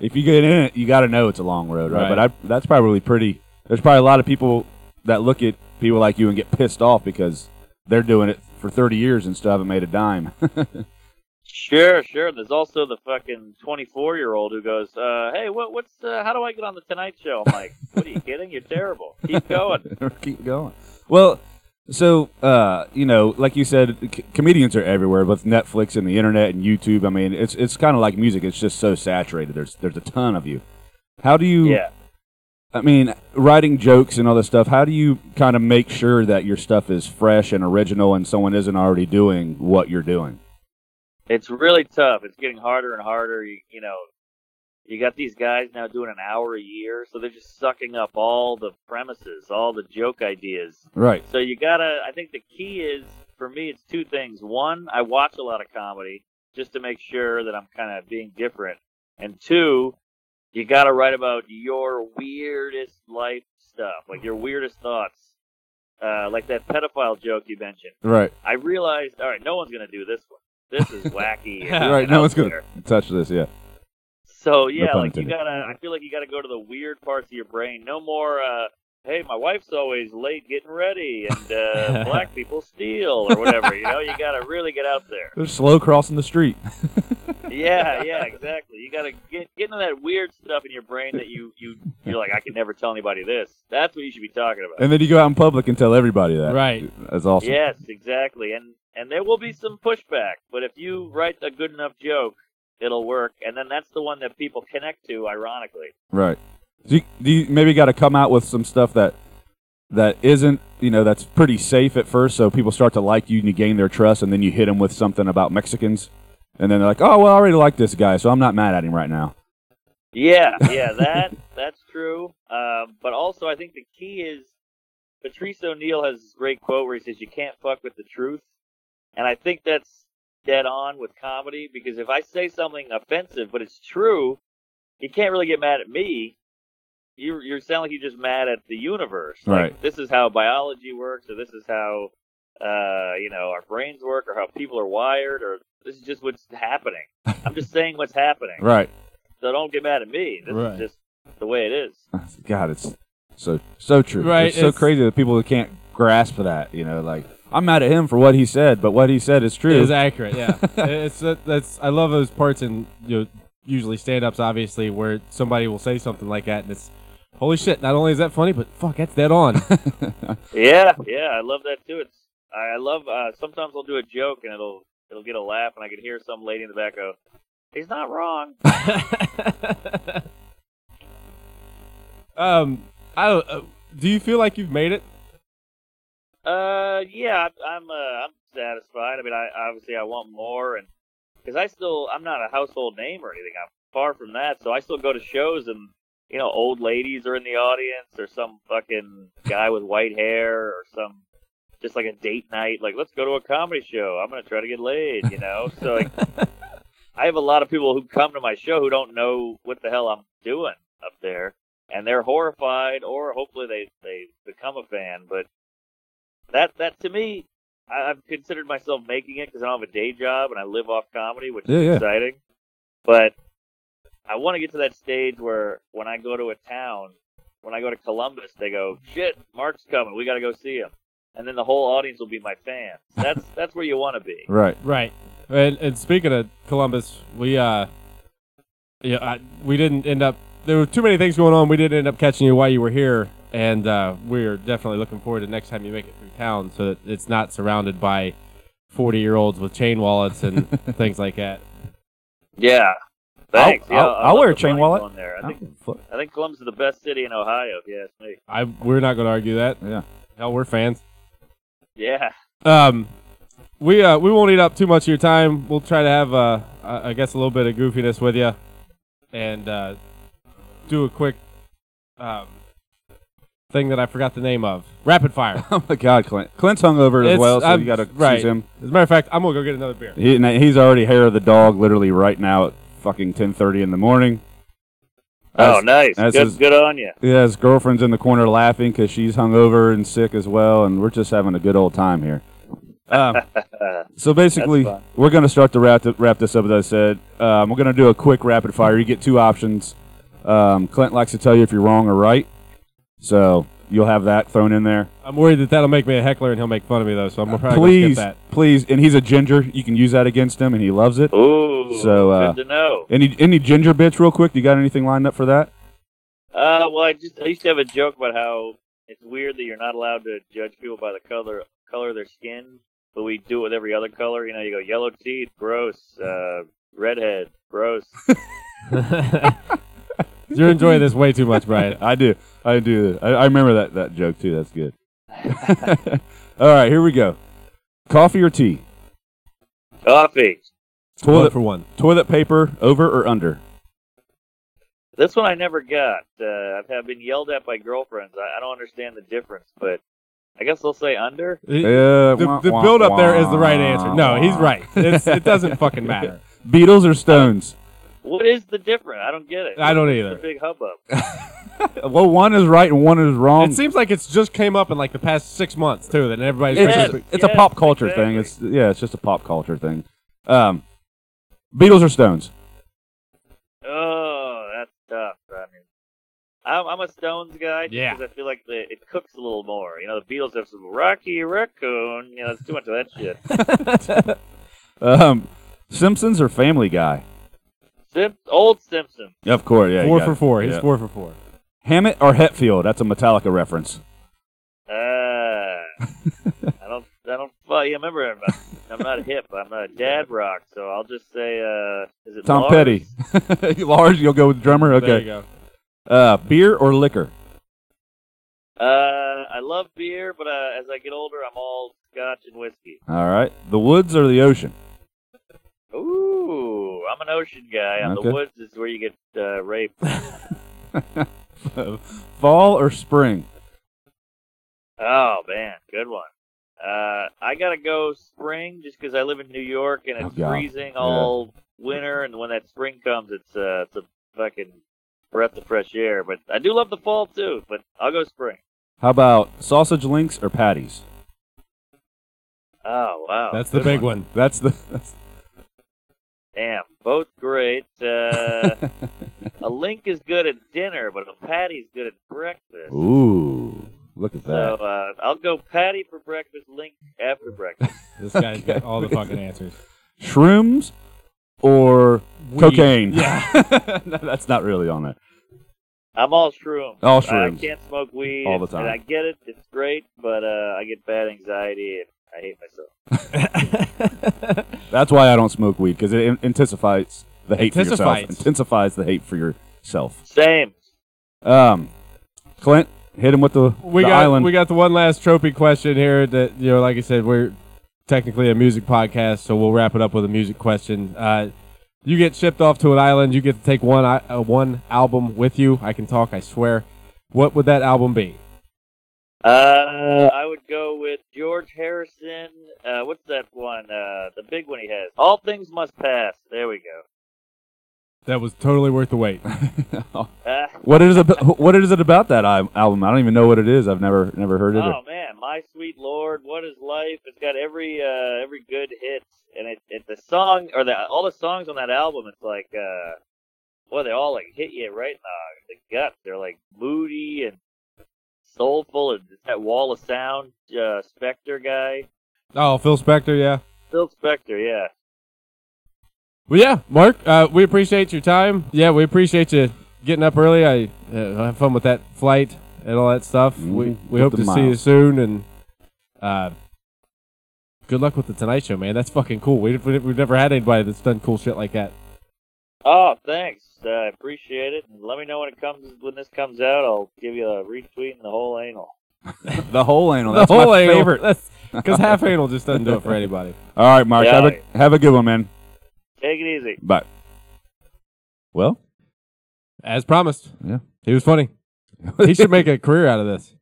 [SPEAKER 1] if you get in it, you gotta know it's a long road, right?
[SPEAKER 3] Right.
[SPEAKER 1] But I, that's probably pretty. There's probably a lot of people that look at people like you and get pissed off because they're doing it for 30 years and still haven't made a dime.
[SPEAKER 4] Sure, sure. There's also the fucking 24 year old who goes, uh, "Hey, what, what's uh, how do I get on the Tonight Show?" I'm like, "What are you kidding? You're terrible. Keep going."
[SPEAKER 1] Keep going. Well, so uh, you know, like you said, c- comedians are everywhere with Netflix and the internet and YouTube. I mean, it's it's kind of like music. It's just so saturated. There's there's a ton of you. How do you?
[SPEAKER 4] Yeah.
[SPEAKER 1] I mean, writing jokes and all this stuff, how do you kind of make sure that your stuff is fresh and original and someone isn't already doing what you're doing?
[SPEAKER 4] It's really tough. It's getting harder and harder. You, you know, you got these guys now doing an hour a year, so they're just sucking up all the premises, all the joke ideas.
[SPEAKER 1] Right.
[SPEAKER 4] So you gotta. I think the key is for me, it's two things. One, I watch a lot of comedy just to make sure that I'm kind of being different, and two, you gotta write about your weirdest life stuff, like your weirdest thoughts, uh, like that pedophile joke you mentioned.
[SPEAKER 1] Right.
[SPEAKER 4] I realized, all right, no one's gonna do this one. This is wacky. and
[SPEAKER 1] Right. No one's
[SPEAKER 4] out
[SPEAKER 1] going
[SPEAKER 4] there.
[SPEAKER 1] to touch this. Yeah.
[SPEAKER 4] So yeah,
[SPEAKER 1] pun
[SPEAKER 4] like you
[SPEAKER 1] intended.
[SPEAKER 4] gotta. I feel like you gotta go to the weird parts of your brain. No more. uh Hey, my wife's always late getting ready, and uh, black people steal or whatever. You know, you gotta really get out there.
[SPEAKER 1] They're slow crossing the street.
[SPEAKER 4] yeah, yeah, exactly. You gotta get get into that weird stuff in your brain that you you you're like, I can never tell anybody this. That's what you should be talking about.
[SPEAKER 1] And then you go out in public and tell everybody that.
[SPEAKER 3] Right.
[SPEAKER 1] That's awesome.
[SPEAKER 4] Yes, exactly. And and there will be some pushback, but if you write a good enough joke, it'll work. And then that's the one that people connect to, ironically.
[SPEAKER 1] Right. So you, do you maybe got to come out with some stuff that that isn't you know that's pretty safe at first, so people start to like you and you gain their trust, and then you hit them with something about Mexicans, and then they're like, oh well, I already like this guy, so I'm not mad at him right now.
[SPEAKER 4] Yeah, yeah, that that's true. Um, but also, I think the key is Patrice O'Neill has this great quote where he says, "You can't fuck with the truth," and I think that's dead on with comedy because if I say something offensive but it's true, you can't really get mad at me. You you sound like you're just mad at the universe. Like,
[SPEAKER 1] Right.
[SPEAKER 4] This is how biology works, or this is how uh, you know our brains work, or how people are wired, or this is just what's happening. I'm just saying what's happening.
[SPEAKER 1] Right.
[SPEAKER 4] So don't get mad at me. This
[SPEAKER 2] Right.
[SPEAKER 4] is just the way it is.
[SPEAKER 1] God, it's so so true.
[SPEAKER 3] Right,
[SPEAKER 1] It's so
[SPEAKER 3] it's-
[SPEAKER 1] crazy that people can't grasp that. You know, like I'm mad at him for what he said, but what he said is true.
[SPEAKER 3] It was accurate. Yeah, it's that, that's. I love those parts in you know, usually stand-ups, obviously, where somebody will say something like that, and it's holy shit. Not only is that funny, but fuck, that's dead on.
[SPEAKER 4] Yeah, yeah, I love that too. It's I I love. Uh, sometimes I'll do a joke and it'll it'll get a laugh, and I can hear some lady in the back go, "He's not wrong."
[SPEAKER 3] um, I don't. Uh, do you feel like you've made it?
[SPEAKER 4] Uh, yeah, I, I'm uh, I'm satisfied. I mean, I obviously I want more, and because I still I'm not a household name or anything. I'm far from that, so I still go to shows and you know old ladies are in the audience or some fucking guy with white hair or some just like a date night. Like let's go to a comedy show. I'm gonna try to get laid, you know. So like, I have a lot of people who come to my show who don't know what the hell I'm doing up there, and they're horrified, or hopefully they they become a fan, but that that to me, I, I've considered myself making it because I don't have a day job and I live off comedy, which
[SPEAKER 1] Yeah,
[SPEAKER 4] is
[SPEAKER 1] yeah.
[SPEAKER 4] exciting. But I want to get to that stage where when I go to a town, when I go to Columbus, they go, "Shit, Mark's coming. We got to go see him." And then the whole audience will be my fans. That's that's where you want to be.
[SPEAKER 1] right.
[SPEAKER 3] Right. And, and speaking of Columbus, we uh, yeah, I, we didn't end up. There were too many things going on. We didn't end up catching you while you were here, and uh, we're definitely looking forward to next time you make it through town, so that it's not surrounded by forty-year-olds with chain wallets and things like that.
[SPEAKER 4] Yeah. Thanks.
[SPEAKER 1] I'll-
[SPEAKER 4] yeah,
[SPEAKER 1] I'll- I'll
[SPEAKER 4] love
[SPEAKER 1] wear a
[SPEAKER 4] the
[SPEAKER 1] chain
[SPEAKER 4] Lions
[SPEAKER 1] wallet.
[SPEAKER 4] on there. I
[SPEAKER 1] Oh,
[SPEAKER 4] think
[SPEAKER 1] fuck.
[SPEAKER 4] I think Columbus is the best city in Ohio. If you ask me.
[SPEAKER 3] I we're not going to argue that.
[SPEAKER 1] Yeah.
[SPEAKER 3] Hell, we're fans.
[SPEAKER 4] Yeah.
[SPEAKER 3] Um, we uh, we won't eat up too much of your time. We'll try to have uh, I I guess a little bit of goofiness with you, and uh, do a quick um, thing that I forgot the name of. Rapid fire.
[SPEAKER 1] Oh my God, Clint. Clint's hungover as
[SPEAKER 3] It's-
[SPEAKER 1] well, so
[SPEAKER 3] I'm-
[SPEAKER 1] you got to
[SPEAKER 3] right.
[SPEAKER 1] choose him.
[SPEAKER 3] As a matter of fact, I'm gonna go get another beer.
[SPEAKER 1] He, and he's already hair of the dog, literally right now at fucking ten thirty in the morning.
[SPEAKER 4] Oh,
[SPEAKER 1] That's-
[SPEAKER 4] nice.
[SPEAKER 1] that's
[SPEAKER 4] Good,
[SPEAKER 1] his-
[SPEAKER 4] good on you.
[SPEAKER 1] Yeah, his girlfriend's in the corner laughing because she's hungover and sick as well, and we're just having a good old time here. Um, so basically,
[SPEAKER 4] That's fun.
[SPEAKER 1] we're going to start to wrap, wrap this up, as I said. Um, we're going to do a quick rapid fire. You get two options. Um, Clint likes to tell you if you're wrong or right, so you'll have that thrown in there.
[SPEAKER 3] I'm worried that that'll make me a heckler and he'll make fun of me though, so I'm probably
[SPEAKER 1] please,
[SPEAKER 3] gonna skip
[SPEAKER 1] please, and he's a ginger. You can use that against him, and he loves
[SPEAKER 4] Oh.
[SPEAKER 1] it.
[SPEAKER 4] Ooh.
[SPEAKER 1] So, uh,
[SPEAKER 4] good to know.
[SPEAKER 1] Any any ginger bitch, real quick? You got anything lined up for that?
[SPEAKER 4] Uh, well, I just I used to have a joke about how it's weird that you're not allowed to judge people by the color color of their skin, but we do it with every other color. You know, you go yellow teeth, gross. Uh, redhead, gross.
[SPEAKER 3] that. You're enjoying this way too much, Brian.
[SPEAKER 1] I do. I do. I, I remember that, that joke too. That's good. All right, here we go. Coffee or tea?
[SPEAKER 4] Coffee.
[SPEAKER 3] One
[SPEAKER 1] Toilet
[SPEAKER 3] for one.
[SPEAKER 1] toilet paper over or under?
[SPEAKER 4] This one I never got. Uh, I've have been yelled at by girlfriends. I, I don't understand the difference, but I guess they'll say under.
[SPEAKER 1] Uh,
[SPEAKER 3] the,
[SPEAKER 1] wah,
[SPEAKER 3] the
[SPEAKER 1] wah,
[SPEAKER 3] build up there is the right
[SPEAKER 1] wah,
[SPEAKER 3] answer. No,
[SPEAKER 1] wah.
[SPEAKER 3] he's right. It's, it doesn't fucking matter.
[SPEAKER 1] Beatles or Stones?
[SPEAKER 4] What is the difference? I don't get it.
[SPEAKER 3] I don't
[SPEAKER 4] It's a
[SPEAKER 3] either.
[SPEAKER 4] big hubbub.
[SPEAKER 1] Well, one is right and one is wrong.
[SPEAKER 3] It seems like it's just came up in like the past six months too. That everybody's
[SPEAKER 1] it's
[SPEAKER 4] Yes,
[SPEAKER 1] just- it's a
[SPEAKER 4] yes,
[SPEAKER 1] pop culture thing. It's
[SPEAKER 4] exactly.
[SPEAKER 1] yeah, it's just a pop culture thing. Um, Beatles or Stones?
[SPEAKER 4] Oh, that's tough. I mean, I'm, I'm a Stones guy
[SPEAKER 3] Yeah.
[SPEAKER 4] because I feel like the, it cooks a little more. You know, the Beatles have some Rocky Raccoon. You know, it's too much of that shit.
[SPEAKER 1] Um, Simpsons or Family Guy?
[SPEAKER 4] Sim- old Simpson.
[SPEAKER 1] Of course, yeah. you
[SPEAKER 3] four
[SPEAKER 1] got
[SPEAKER 3] for
[SPEAKER 1] it.
[SPEAKER 3] four. He's
[SPEAKER 1] Yeah.
[SPEAKER 3] four for four.
[SPEAKER 1] Hammett or Hetfield? That's a Metallica reference.
[SPEAKER 4] Uh, I don't. I don't. Well, yeah, remember, I'm, I'm not hip. I'm a dad rock, so I'll just say, uh, is it
[SPEAKER 1] Tom
[SPEAKER 4] Lars?
[SPEAKER 1] Petty. Lars, you'll go with drummer?
[SPEAKER 3] There you
[SPEAKER 1] Okay.
[SPEAKER 3] go.
[SPEAKER 1] Uh, beer or liquor?
[SPEAKER 4] Uh, I love beer, but uh, as I get older, I'm all scotch and whiskey.
[SPEAKER 1] All right. The woods or the ocean?
[SPEAKER 4] Ooh, I'm an ocean guy. On
[SPEAKER 1] Okay.
[SPEAKER 4] the woods is where you get uh, raped.
[SPEAKER 1] Fall or spring?
[SPEAKER 4] Oh man, good one. Uh, I gotta go spring just because I live in New York and
[SPEAKER 1] Oh,
[SPEAKER 4] it's
[SPEAKER 1] God.
[SPEAKER 4] freezing all winter, and when that spring comes, it's uh, it's a fucking breath of fresh air. But I do love the fall too. But I'll go spring.
[SPEAKER 1] How about sausage links or patties?
[SPEAKER 4] Oh wow,
[SPEAKER 3] That's the big one.
[SPEAKER 1] That's the. That's,
[SPEAKER 4] damn, both great. Uh, a link is good at dinner, but a patty's good at breakfast.
[SPEAKER 1] ooh, look at
[SPEAKER 4] So
[SPEAKER 1] that.
[SPEAKER 4] uh, I'll go patty for breakfast, link after breakfast.
[SPEAKER 2] This guy's got all the fucking answers.
[SPEAKER 1] Shrooms or
[SPEAKER 3] Weed.
[SPEAKER 1] cocaine? Yeah. that's not really on it.
[SPEAKER 4] I'm all shrooms.
[SPEAKER 1] All
[SPEAKER 4] I
[SPEAKER 1] shrooms.
[SPEAKER 4] can't smoke weed
[SPEAKER 1] All the
[SPEAKER 4] and- And I
[SPEAKER 1] time.
[SPEAKER 4] get it; it's great, but uh, I get bad anxiety and I hate myself.
[SPEAKER 1] That's why I don't smoke weed because it in- intensifies the hate for yourself.
[SPEAKER 3] Intensifies.
[SPEAKER 1] Intensifies the hate for yourself.
[SPEAKER 4] Same.
[SPEAKER 1] Um, Clint, hit him with the,
[SPEAKER 3] We
[SPEAKER 1] the
[SPEAKER 3] got
[SPEAKER 1] island.
[SPEAKER 3] we got the one last trophy question here that you know, like I said, we're technically a music podcast, so we'll wrap it up with a music question. Uh, you get shipped off to an island. You get to take one i- uh, one album with you. I can talk. I swear. What would that album be?
[SPEAKER 4] Uh, I would go with George Harrison. Uh, what's that one? Uh, the big one he has. All things must pass. There we go.
[SPEAKER 3] That was totally worth the wait.
[SPEAKER 4] Uh,
[SPEAKER 1] what is ab- what is it about that al- album? I don't even know what it is. I've never never heard it.
[SPEAKER 4] oh man, my sweet lord, what is life? It's got every uh, every good hit, and it, it the song or the all the songs on that album. It's like, uh, well, they all like hit you right in the, the gut. They're like moody and soulful, and that wall of sound. Uh, Spectre guy,
[SPEAKER 3] Oh, Phil Spector, yeah.
[SPEAKER 4] Phil Spector, yeah.
[SPEAKER 3] Well, yeah, Mark, uh, we appreciate your time. Yeah, we appreciate you getting up early. I uh, have fun with that flight and all that stuff.
[SPEAKER 1] Mhm.
[SPEAKER 3] We we
[SPEAKER 1] Get
[SPEAKER 3] hope
[SPEAKER 1] the
[SPEAKER 3] to see you
[SPEAKER 1] miles.
[SPEAKER 3] soon, and uh, good luck with the Tonight Show, man. That's fucking cool. We, we we've never had anybody that's done cool shit like that.
[SPEAKER 4] Oh, thanks. Uh, I appreciate it. And let me know when it comes when this comes out. I'll give you a retweet and the whole anal.
[SPEAKER 1] Oh. The whole anal. That's
[SPEAKER 3] the whole
[SPEAKER 1] my
[SPEAKER 3] anal,
[SPEAKER 1] favorite.
[SPEAKER 3] because half anal just doesn't do it for anybody.
[SPEAKER 1] All right, Mark.
[SPEAKER 4] Yeah.
[SPEAKER 1] Have a have a good one, man.
[SPEAKER 4] Take it easy.
[SPEAKER 1] Bye. Well,
[SPEAKER 3] As promised.
[SPEAKER 1] Yeah.
[SPEAKER 3] he was funny. He should make a career out of this.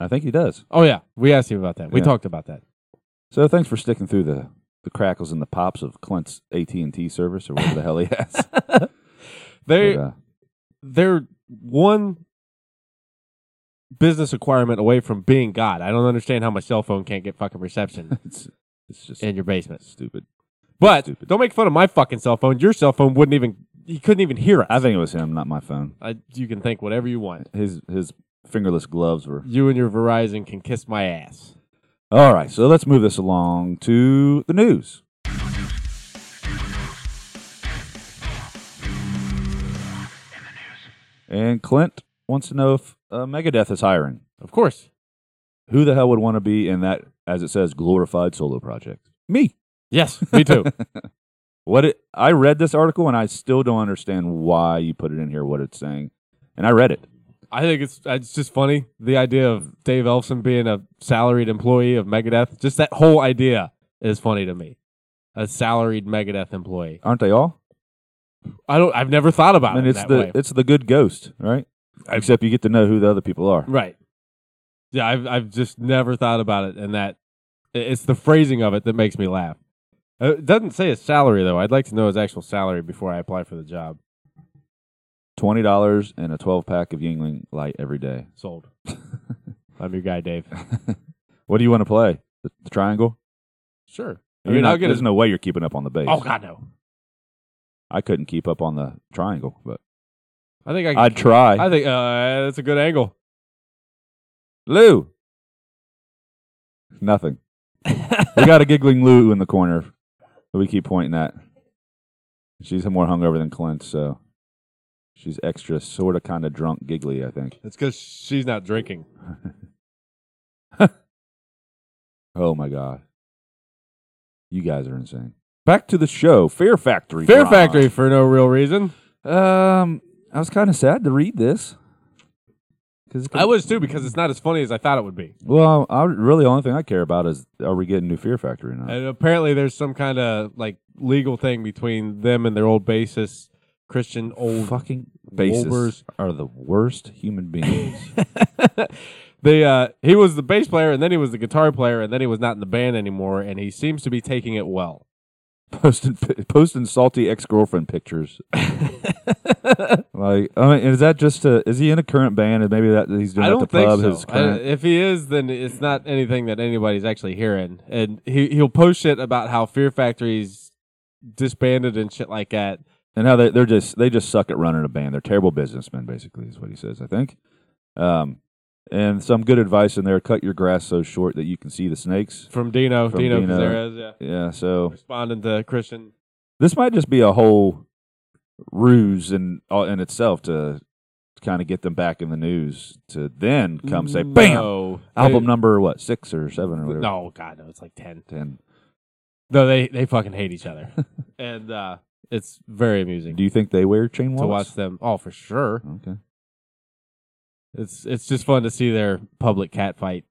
[SPEAKER 1] I think he does.
[SPEAKER 3] Oh yeah, we asked him about that. We
[SPEAKER 1] Yeah.
[SPEAKER 3] talked about that.
[SPEAKER 1] So thanks for sticking through the the crackles and the pops of Clint's AT and T service or whatever the hell he has.
[SPEAKER 3] They
[SPEAKER 1] But, uh,
[SPEAKER 3] they're one business acquirement away from being God. I don't understand how my cell phone can't get fucking reception
[SPEAKER 1] it's it's just
[SPEAKER 3] in your basement.
[SPEAKER 1] stupid.
[SPEAKER 3] But
[SPEAKER 1] Stupid.
[SPEAKER 3] don't make fun of my fucking cell phone. Your cell phone wouldn't even you couldn't even hear us.
[SPEAKER 1] I think it was him, not my phone.
[SPEAKER 3] I, you can think whatever you want.
[SPEAKER 1] His his fingerless gloves were.
[SPEAKER 3] You and your Verizon can kiss my ass.
[SPEAKER 1] All right, so let's move this along to the news. And Clint wants to know if uh, Megadeth is hiring.
[SPEAKER 3] Of course.
[SPEAKER 1] Who the hell would want to be in that, as it says, glorified solo project? Me.
[SPEAKER 3] Yes, me too.
[SPEAKER 1] What it, I read this article and I still don't understand why you put it in here, what it's saying. And I read it.
[SPEAKER 3] I think it's it's just funny the idea of Dave Elfson being a salaried employee of Megadeth. Just that whole idea is funny to me. A salaried Megadeth employee.
[SPEAKER 1] Aren't they all?
[SPEAKER 3] I don't. I've never thought about
[SPEAKER 1] I mean,
[SPEAKER 3] it
[SPEAKER 1] it's
[SPEAKER 3] that
[SPEAKER 1] the
[SPEAKER 3] way.
[SPEAKER 1] it's the good ghost, right? Except you get to know who the other people are.
[SPEAKER 3] Right. Yeah, I've I've just never thought about it, and that i- it's the phrasing of it that makes me laugh. Uh, It doesn't say his salary though. I'd like to know his actual salary before I apply for the job.
[SPEAKER 1] Twenty dollars and a twelve pack of Yingling Light every day.
[SPEAKER 3] Sold. I'm your guy, Dave.
[SPEAKER 1] What do you want to play? The, the triangle?
[SPEAKER 3] Sure. I
[SPEAKER 1] You're
[SPEAKER 3] mean,
[SPEAKER 1] not-
[SPEAKER 3] I'll get
[SPEAKER 1] there's
[SPEAKER 3] his.
[SPEAKER 1] no way you're keeping up on the bass.
[SPEAKER 3] oh God, no.
[SPEAKER 1] I couldn't keep up on the triangle, but
[SPEAKER 3] I think I. Can,
[SPEAKER 1] I'd try.
[SPEAKER 3] I think uh, that's a good angle.
[SPEAKER 1] Lou. Nothing. we got a giggling Lou in the corner. We keep pointing that. She's more hungover than Clint, so she's extra, sort of, kind of drunk, giggly. I think.
[SPEAKER 3] It's because she's not drinking.
[SPEAKER 1] Oh my god, you guys are insane. Back to the show, Fear Factory.
[SPEAKER 3] Fair
[SPEAKER 1] drama.
[SPEAKER 3] Factory for no real reason.
[SPEAKER 1] Um, I was kind of sad to read this because
[SPEAKER 3] I was too because it's not as funny as I thought it would be.
[SPEAKER 1] Well, I really the only thing I care about is are we getting new Fear Factory or not?
[SPEAKER 3] And apparently, there's some kind of like legal thing between them and their old bassist, Christian Old.
[SPEAKER 1] fucking
[SPEAKER 3] Wolvers.
[SPEAKER 1] bassists are the worst human beings.
[SPEAKER 3] they uh, he was the bass player, and then he was the guitar player, and then he was not in the band anymore, and he seems to be taking it well.
[SPEAKER 1] posting posting salty ex girlfriend pictures. like, I mean, is that just a? Is he in a current band? And maybe that he's doing
[SPEAKER 3] I
[SPEAKER 1] at
[SPEAKER 3] don't
[SPEAKER 1] the
[SPEAKER 3] think
[SPEAKER 1] club.
[SPEAKER 3] so.
[SPEAKER 1] His
[SPEAKER 3] I-
[SPEAKER 1] current.
[SPEAKER 3] if he is, then it's not anything that anybody's actually hearing, and he he'll post shit about how Fear Factory's disbanded and shit like that.
[SPEAKER 1] and how they, they're just they just suck at running a band. They're terrible businessmen, basically, is what he says. I think. Um, and some good advice in there: cut your grass so short that you can see the snakes.
[SPEAKER 3] From Dino,
[SPEAKER 1] From
[SPEAKER 3] Dino,
[SPEAKER 1] Dino.
[SPEAKER 3] Cazares, yeah,
[SPEAKER 1] Yeah, so
[SPEAKER 3] responding to Christian.
[SPEAKER 1] this might just be a whole ruse in uh, in itself to kind of get them back in the news to then come say bam
[SPEAKER 3] No.
[SPEAKER 1] album
[SPEAKER 3] They-
[SPEAKER 1] number what six or seven or whatever
[SPEAKER 3] No, God, no, it's like ten.
[SPEAKER 1] ten
[SPEAKER 3] No, they they fucking hate each other, and uh, it's very amusing
[SPEAKER 1] do you think they wear chain
[SPEAKER 3] to
[SPEAKER 1] wallets
[SPEAKER 3] watch them. Oh, for sure,
[SPEAKER 1] okay
[SPEAKER 3] it's it's just fun to see their public cat fight.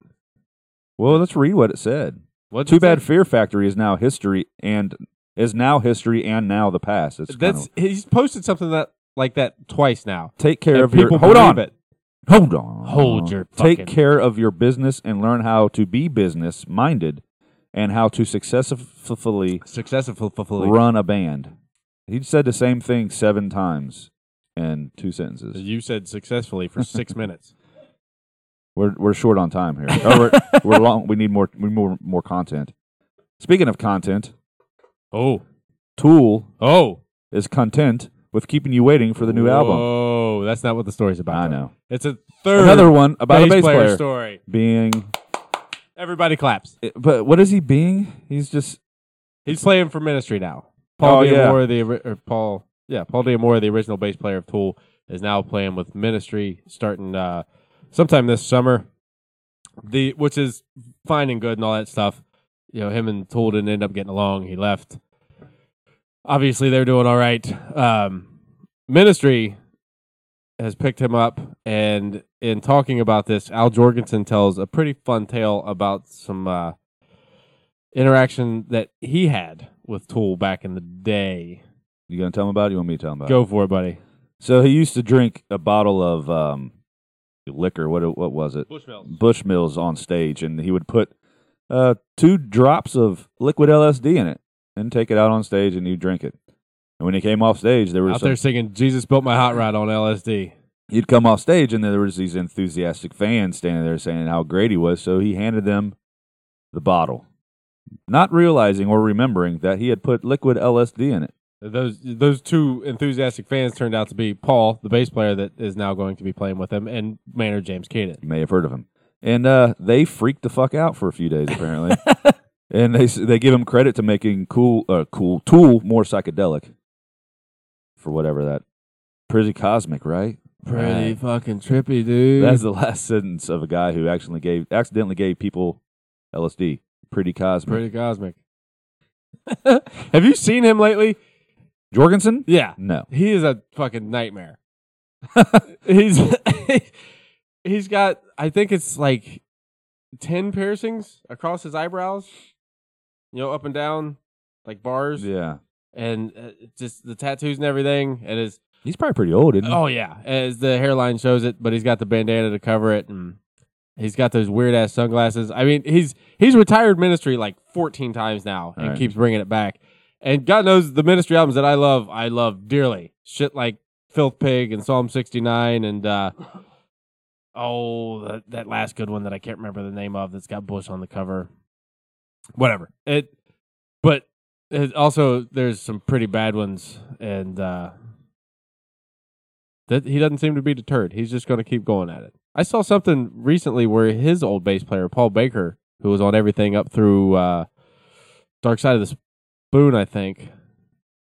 [SPEAKER 1] well let's read what it said
[SPEAKER 3] What
[SPEAKER 1] too bad fear factory is now history and is now history and now the past it's kinda-
[SPEAKER 3] That's he's posted something that like that twice now.
[SPEAKER 1] take care
[SPEAKER 3] And
[SPEAKER 1] of your
[SPEAKER 3] people
[SPEAKER 1] hold on
[SPEAKER 3] believe it.
[SPEAKER 1] hold on
[SPEAKER 3] Hold your
[SPEAKER 1] take
[SPEAKER 3] fucking-
[SPEAKER 1] care of your business and learn how to be business minded and how to successfully
[SPEAKER 3] Successful, fulfilling.
[SPEAKER 1] run a band. He said the same thing seven times in two sentences.
[SPEAKER 3] You said successfully for six minutes.
[SPEAKER 1] We're we're short on time here. Or we're, we're long. We need more. We need more more content. Speaking of content,
[SPEAKER 3] Oh,
[SPEAKER 1] Tool
[SPEAKER 3] oh,
[SPEAKER 1] is content with keeping you waiting for the new album.
[SPEAKER 3] Oh, that's not what the story's about.
[SPEAKER 1] I
[SPEAKER 3] though.
[SPEAKER 1] know.
[SPEAKER 3] It's a third
[SPEAKER 1] Another one about
[SPEAKER 3] bass
[SPEAKER 1] a bass player,
[SPEAKER 3] story.
[SPEAKER 1] being.
[SPEAKER 3] Everybody claps.
[SPEAKER 1] it- But what is he being? He's just
[SPEAKER 3] He's playing for Ministry now. Paul
[SPEAKER 1] Oh, yeah.
[SPEAKER 3] Diamore, the ori- or Paul, yeah, Paul Diamore, the original bass player of Tool, is now playing with Ministry starting uh, sometime this summer. The which is fine and good and all that stuff. You know, him and Tool didn't end up getting along. He left. Obviously, they're doing all right. Um, Ministry has picked him up, and in talking about this, Al Jorgensen tells a pretty fun tale about some. Uh, interaction that he had with Tool back in the day.
[SPEAKER 1] you gonna tell him about? it? You want me to tell him about? it?
[SPEAKER 3] Go for it, buddy.
[SPEAKER 1] So he used to drink a bottle of um, liquor. What what was it?
[SPEAKER 3] Bushmills.
[SPEAKER 1] Bushmills on stage, and he would put uh, two drops of liquid LSD in it and take it out on stage, and he'd drink it. And when he came off stage, there was
[SPEAKER 3] Out there
[SPEAKER 1] some,
[SPEAKER 3] singing Jesus Built My Hot Rod on LSD.
[SPEAKER 1] he'd come off stage, and then there was these enthusiastic fans standing there saying how great he was. So he handed them the bottle, not realizing or remembering that he had put liquid LSD in it.
[SPEAKER 3] Those those two enthusiastic fans turned out to be Paul, the bass player that is now going to be playing with him, and Maynard James Keenan.
[SPEAKER 1] You may have heard of him. And uh, they freaked the fuck out for a few days apparently. and they s- they give him credit to making cool uh, cool tool more psychedelic for whatever that pretty cosmic, right?
[SPEAKER 3] Pretty
[SPEAKER 1] Right.
[SPEAKER 3] fucking trippy, dude.
[SPEAKER 1] That's the last sentence of a guy who actually gave accidentally gave people LSD. Pretty cosmic.
[SPEAKER 3] pretty cosmic. Have you seen him lately?
[SPEAKER 1] Jorgensen?
[SPEAKER 3] Yeah.
[SPEAKER 1] No.
[SPEAKER 3] He is a fucking nightmare. he's he's got I think it's like ten piercings across his eyebrows, you know, up and down, like bars,
[SPEAKER 1] Yeah.
[SPEAKER 3] and uh, just the tattoos and everything. And his
[SPEAKER 1] He's probably pretty old, isn't he?
[SPEAKER 3] oh yeah, as the hairline shows it, but he's got the bandana to cover it, and he's got those weird ass sunglasses. I mean, he's he's retired Ministry like fourteen times now, and
[SPEAKER 1] Right.
[SPEAKER 3] keeps bringing it back. And God knows the Ministry albums that I love, I love dearly. Shit like Filth Pig and Psalm sixty nine, and uh, oh, that, that last good one that I can't remember the name of that's got Bush on the cover. Whatever it, but. It also, there's some pretty bad ones, and uh, that he doesn't seem to be deterred. He's just going to keep going at it. I saw something recently where his old bass player Paul Baker, who was on everything up through uh, Dark Side of the spoon, I think,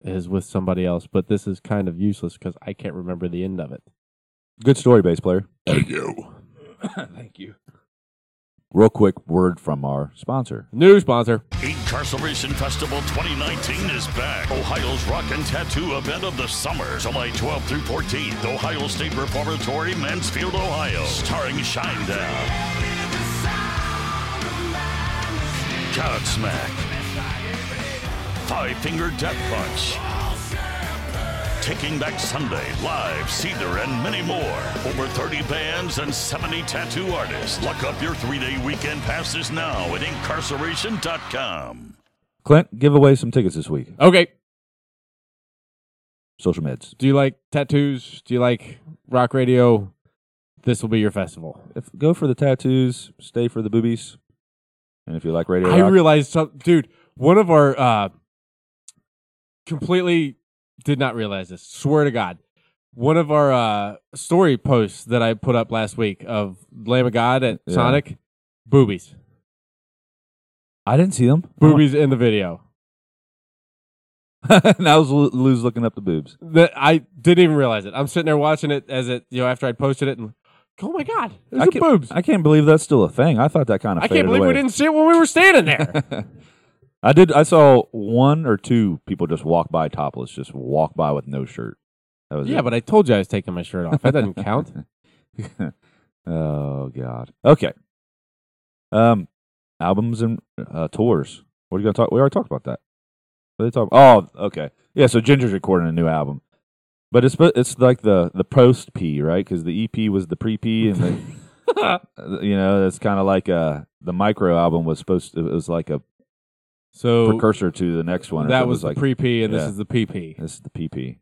[SPEAKER 3] is with somebody else, but this is kind of useless because I can't remember the end of it.
[SPEAKER 1] Good story, bass player.
[SPEAKER 3] Thank you.
[SPEAKER 1] Thank you. Real quick word from our sponsor.
[SPEAKER 3] New sponsor.
[SPEAKER 5] Incarceration Festival 2019 is back. Ohio's Rock and Tattoo event of the summer, July 12th through 14th, Ohio State Reformatory, Mansfield, Ohio. Starring Shinedown, Godsmack, Five Finger Death Punch. Taking Back Sunday, Live, Cedar, and many more. Over 30 bands and 70 tattoo artists. Lock up your three day weekend passes now at incarceration.com.
[SPEAKER 1] Clint, give away some tickets this week.
[SPEAKER 3] Okay.
[SPEAKER 1] Social meds.
[SPEAKER 3] Do you like tattoos? Do you like rock radio? This will be your festival.
[SPEAKER 1] If, go for the tattoos, stay for the boobies. And if you like radio,
[SPEAKER 3] I
[SPEAKER 1] rock,
[SPEAKER 3] realized something, dude. One of our uh, completely did not realize this. Swear to God, one of our uh, story posts that I put up last week of Lamb of God at
[SPEAKER 1] Yeah.
[SPEAKER 3] Sonic, boobies,
[SPEAKER 1] I didn't see them.
[SPEAKER 3] boobies in the video.
[SPEAKER 1] and I was lo- lose looking up the boobs.
[SPEAKER 3] That I didn't even realize it. I'm sitting there watching it as it, you know, after I posted it, and oh my God,
[SPEAKER 1] I
[SPEAKER 3] there's the
[SPEAKER 1] can't-
[SPEAKER 3] boobs. I,
[SPEAKER 1] I can't believe that's still a thing. I thought that kind of.
[SPEAKER 3] can't believe we didn't see it when we were standing there.
[SPEAKER 1] I did. I saw one or two people just walk by topless, just walk by with no shirt. That was
[SPEAKER 3] yeah,
[SPEAKER 1] it.
[SPEAKER 3] but I told you I was taking my shirt off. That doesn't count.
[SPEAKER 1] oh god. Okay. Um, albums and uh, tours. What are you gonna talk? We already talked about that. What are they talking? Oh, okay. Yeah. So Ginger's recording a new album, but it's it's like the the post P right because the EP was the pre P and the uh, you know it's kind of like uh the micro album was supposed to, it was like a
[SPEAKER 3] So
[SPEAKER 1] precursor to the next one. or
[SPEAKER 3] that
[SPEAKER 1] something. It
[SPEAKER 3] was the
[SPEAKER 1] like
[SPEAKER 3] pre P, and
[SPEAKER 1] yeah.
[SPEAKER 3] this is the PP.
[SPEAKER 1] this is the PP.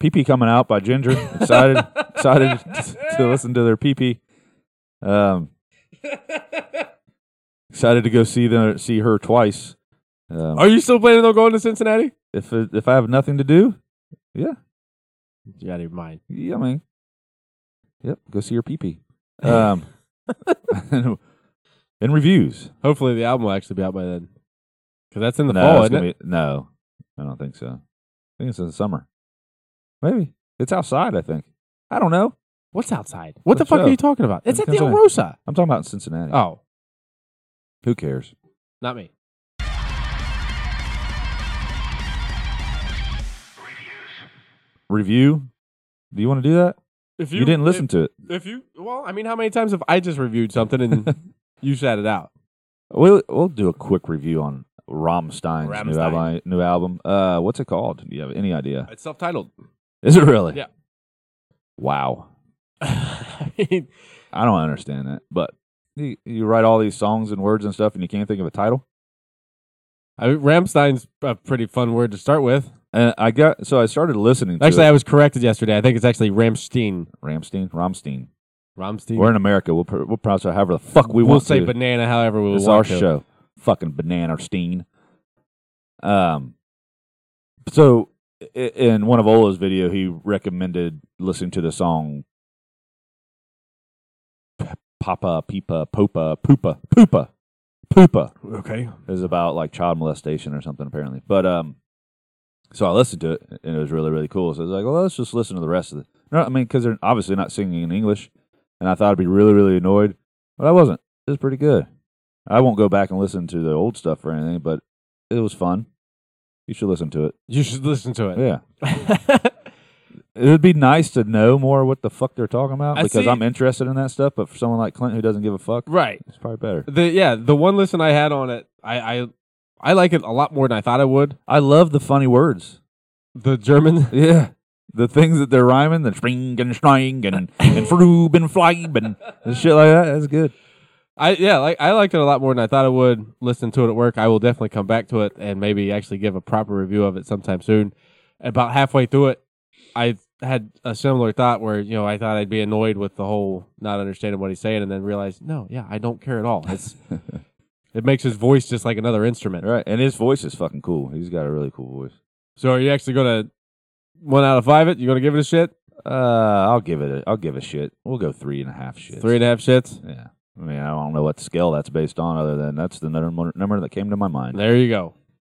[SPEAKER 1] PP coming out by Ginger. Excited, excited to- to listen to their PP. Um, excited to go see them, see her twice. Um,
[SPEAKER 3] Are you still planning on going to Cincinnati?
[SPEAKER 1] if it- if I have nothing to do,
[SPEAKER 3] You out of your mind.
[SPEAKER 1] yeah, I mean, yep, go see her PP. Um, and reviews.
[SPEAKER 3] Hopefully, the album will actually be out by then, because that's in the
[SPEAKER 1] no,
[SPEAKER 3] fall,
[SPEAKER 1] it's
[SPEAKER 3] Oh, isn't
[SPEAKER 1] gonna
[SPEAKER 3] it?
[SPEAKER 1] be- no, I don't think so. I think it's in the summer. Maybe it's outside. I think. I don't know.
[SPEAKER 3] What's outside? What the
[SPEAKER 1] Let's
[SPEAKER 3] fuck
[SPEAKER 1] go.
[SPEAKER 3] are you talking about? It's
[SPEAKER 1] Let's
[SPEAKER 3] at the
[SPEAKER 1] go.
[SPEAKER 3] El Rosa.
[SPEAKER 1] I'm talking about in Cincinnati.
[SPEAKER 3] Oh,
[SPEAKER 1] Who cares?
[SPEAKER 3] not me.
[SPEAKER 1] Review. Do you want to do that?
[SPEAKER 3] If
[SPEAKER 1] You, didn't listen to it.
[SPEAKER 3] If, you, well, I mean, how many times have I just reviewed something and you shut it out?
[SPEAKER 1] We'll we'll do a quick review on Rammstein's new
[SPEAKER 3] Rammstein.
[SPEAKER 1] album. New album. Uh, what's it called? Do you have any idea?
[SPEAKER 3] It's self-titled.
[SPEAKER 1] Is it really?
[SPEAKER 3] Yeah.
[SPEAKER 1] Wow.
[SPEAKER 3] I mean,
[SPEAKER 1] I don't understand that. But you, you write all these songs and words and stuff, and you can't think of a title.
[SPEAKER 3] I mean, Ramstein's a pretty fun word to start with.
[SPEAKER 1] And I got so I started listening. to
[SPEAKER 3] Actually,
[SPEAKER 1] it.
[SPEAKER 3] I was corrected yesterday. I think it's actually Ramstein.
[SPEAKER 1] Ramstein, Rammstein.
[SPEAKER 3] Ramstein.
[SPEAKER 1] We're in America. We'll pr- we'll pronounce it however the fuck we
[SPEAKER 3] we'll
[SPEAKER 1] want.
[SPEAKER 3] say
[SPEAKER 1] to.
[SPEAKER 3] banana however we
[SPEAKER 1] This is
[SPEAKER 3] want
[SPEAKER 1] our
[SPEAKER 3] to.
[SPEAKER 1] show. Fucking banana steen. Um. So i- in one of Ola's video, he recommended listening to the song P- "Papa Peepa Popa Poopa Poopa Poopa."
[SPEAKER 3] Okay.
[SPEAKER 1] It was about like child molestation or something apparently. But um, so I listened to it and it was really really cool. So I was like, well, let's just listen to the rest of it. No, I mean, because they're obviously not singing in English, and I thought I'd be really really annoyed, but I wasn't. It was pretty good. I won't go back and listen to the old stuff or anything, but it was fun. You should listen to it.
[SPEAKER 3] You should listen to it.
[SPEAKER 1] Yeah. It would be nice to know more what the fuck they're talking about
[SPEAKER 3] I
[SPEAKER 1] because
[SPEAKER 3] see-
[SPEAKER 1] I'm interested in that stuff. But for someone like Clint who doesn't give a fuck,
[SPEAKER 3] right.
[SPEAKER 1] it's probably better.
[SPEAKER 3] The yeah, the one listen I had on it, I I, I like it a lot more than I thought I would.
[SPEAKER 1] I love the funny words.
[SPEAKER 3] The German
[SPEAKER 1] Yeah. The things that they're rhyming, the spring and schneing and, and froob and flyb and, and shit like that. That's good.
[SPEAKER 3] I yeah, like I liked it a lot more than I thought I would. Listen to it at work. I will definitely come back to it and maybe actually give a proper review of it sometime soon. About halfway through it, I had a similar thought where, you know, I thought I'd be annoyed with the whole not understanding what he's saying and then realized, no, yeah, I don't care at all. It's it makes his voice just like another instrument.
[SPEAKER 1] All right. And his voice is fucking cool. He's got a really cool voice.
[SPEAKER 3] So are you actually gonna one out of five it? You gonna give it a shit?
[SPEAKER 1] Uh, I'll give it a, I'll give a shit. We'll go three and a half shits.
[SPEAKER 3] Three and a half shits?
[SPEAKER 1] Yeah. I mean, I don't know what scale that's based on other than that's the number, number that came to my mind.
[SPEAKER 3] There you go.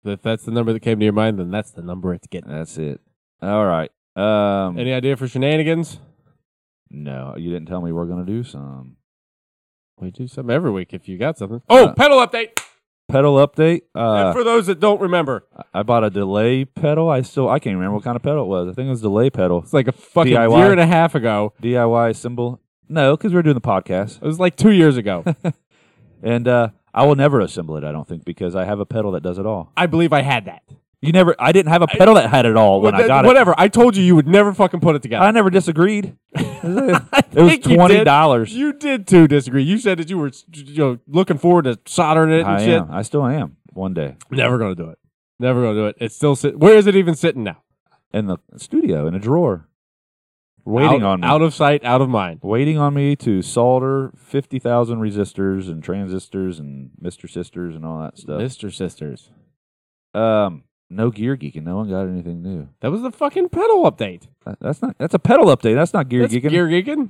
[SPEAKER 3] If that's the number that came to your mind, then that's the number it's getting.
[SPEAKER 1] That's it. All right. Um,
[SPEAKER 3] Any idea for shenanigans?
[SPEAKER 1] no, you didn't tell me we're gonna do some
[SPEAKER 3] We do something every week if you got something. Oh,
[SPEAKER 1] Uh,
[SPEAKER 3] pedal update.
[SPEAKER 1] pedal update.
[SPEAKER 3] and
[SPEAKER 1] Uh,
[SPEAKER 3] for those that don't remember,
[SPEAKER 1] I bought a delay pedal. I still I can't remember what kind of pedal it was. I think it was delay pedal.
[SPEAKER 3] it's like a fucking
[SPEAKER 1] DIY.
[SPEAKER 3] year and a half ago.
[SPEAKER 1] DIY symbol. No, because we were doing the podcast,
[SPEAKER 3] It was like two years ago.
[SPEAKER 1] and uh, I will never assemble it. I don't think because I have a pedal that does it all.
[SPEAKER 3] I believe I had that.
[SPEAKER 1] You never. I didn't have a pedal that had it all when I
[SPEAKER 3] That-
[SPEAKER 1] got it.
[SPEAKER 3] whatever. I told you you would never fucking put it together.
[SPEAKER 1] I never disagreed. it
[SPEAKER 3] I
[SPEAKER 1] was
[SPEAKER 3] think you did.
[SPEAKER 1] twenty dollars.
[SPEAKER 3] You did too disagree. You said that you were you know, looking forward to soldering it and
[SPEAKER 1] I
[SPEAKER 3] shit.
[SPEAKER 1] am. I still am. One day
[SPEAKER 3] Never gonna do it. Never gonna do it. It's still sit- where is it even sitting now?
[SPEAKER 1] in the studio in a drawer, waiting
[SPEAKER 3] out,
[SPEAKER 1] on me.
[SPEAKER 3] out of sight, out of mind.
[SPEAKER 1] waiting on me to solder 50,000 resistors and transistors and Mr. Sisters and all that stuff.
[SPEAKER 3] Mister Sisters.
[SPEAKER 1] Um, no gear geeking. No one got anything new.
[SPEAKER 3] That was the fucking pedal update.
[SPEAKER 1] That- That's not. That's a pedal update. That's not gear
[SPEAKER 3] That's
[SPEAKER 1] geeking.
[SPEAKER 3] Gear Geekin,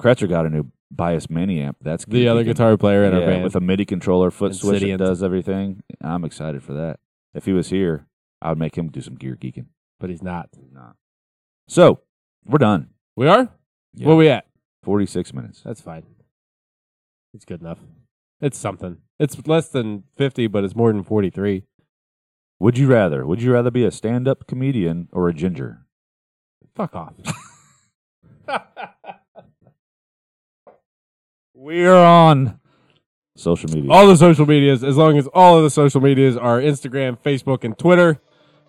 [SPEAKER 1] Kretzer got a new Bias Mini amp. That's
[SPEAKER 3] the
[SPEAKER 1] gear
[SPEAKER 3] other
[SPEAKER 1] geeking.
[SPEAKER 3] guitar player in our
[SPEAKER 1] Yeah,
[SPEAKER 3] band.
[SPEAKER 1] with a MIDI controller, foot switch,
[SPEAKER 3] Insidiant.
[SPEAKER 1] it does everything. I'm excited for that. If he was here, I would make him do some gear geeking.
[SPEAKER 3] but he's not.
[SPEAKER 1] So we're done.
[SPEAKER 3] We are.
[SPEAKER 1] Yeah.
[SPEAKER 3] Where we at?
[SPEAKER 1] 46 minutes.
[SPEAKER 3] That's fine. It's good enough. It's something. It's less than fifty, but it's more than forty-three.
[SPEAKER 1] Would you rather? Would you rather be a stand-up comedian or a ginger?
[SPEAKER 3] Fuck off. We're on Oh.
[SPEAKER 1] Social media.
[SPEAKER 3] all the social medias, as long as all of the social medias are Instagram, Facebook, and Twitter.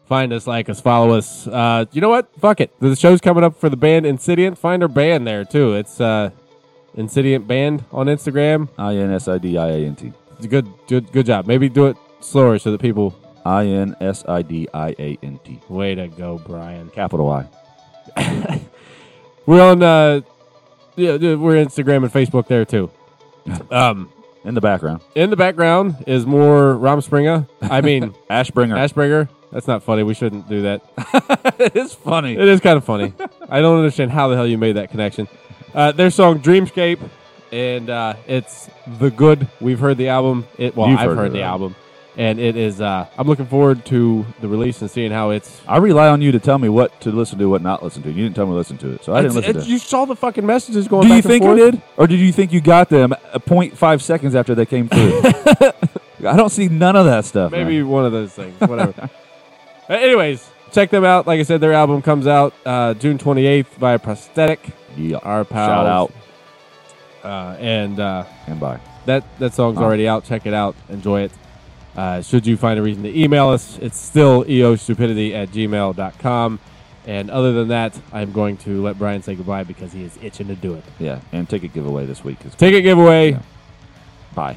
[SPEAKER 3] Find us, like us, follow us. Uh, you know what? Fuck it. The show's coming up for the band Insidient. Find our band there too. It's uh, Insidient Band on Instagram.
[SPEAKER 1] I N S I D I A N T.
[SPEAKER 3] It's a Good, good, good job. Maybe do it slower so that people.
[SPEAKER 1] I N S I D I A N T.
[SPEAKER 3] Way to go, Brian.
[SPEAKER 1] Capital I.
[SPEAKER 3] We're on. Uh, yeah, yeah, we're Instagram and Facebook there too. Um,
[SPEAKER 1] In the background.
[SPEAKER 3] in the background is more Rom Springer. I mean,
[SPEAKER 1] Ashbringer.
[SPEAKER 3] Ashbringer. That's not funny. We shouldn't do that.
[SPEAKER 1] it is funny.
[SPEAKER 3] It is kind of funny. I don't understand how the hell you made that connection. Uh, their song "Dreamscape," and uh, it's the good. We've heard the album. It well,
[SPEAKER 1] You've
[SPEAKER 3] I've
[SPEAKER 1] heard
[SPEAKER 3] heard,
[SPEAKER 1] it,
[SPEAKER 3] the
[SPEAKER 1] right?
[SPEAKER 3] album, and it is. Uh, I'm looking forward to the release and seeing how it's.
[SPEAKER 1] I rely on you to tell me what to listen to, what not to listen to. You didn't tell me to listen to it, so I didn't
[SPEAKER 3] It's-
[SPEAKER 1] listen
[SPEAKER 3] it's-
[SPEAKER 1] to it.
[SPEAKER 3] You saw the fucking messages
[SPEAKER 1] Do
[SPEAKER 3] going. back
[SPEAKER 1] you think
[SPEAKER 3] and
[SPEAKER 1] I
[SPEAKER 3] forth.
[SPEAKER 1] did? Or did you think you got them a 0.5 seconds after they came through? I don't see none of that stuff. man.
[SPEAKER 3] Maybe one of those things. Whatever. Uh, Anyways, check them out. Like I said, their album comes out uh, June 28th via Prosthetic.
[SPEAKER 1] Yeah.
[SPEAKER 3] Our pals.
[SPEAKER 1] Shout out
[SPEAKER 3] Uh, and uh,
[SPEAKER 1] and bye.
[SPEAKER 3] that that song's
[SPEAKER 1] Oh.
[SPEAKER 3] already out. Check it out. Enjoy it. Uh, should you find a reason to email us, it's still eostupidity at gmail.com. And other than that, I'm going to let Brian say goodbye because he is itching to do it.
[SPEAKER 1] Yeah, and ticket giveaway this week. Is
[SPEAKER 3] Ticket giveaway.
[SPEAKER 1] Bye.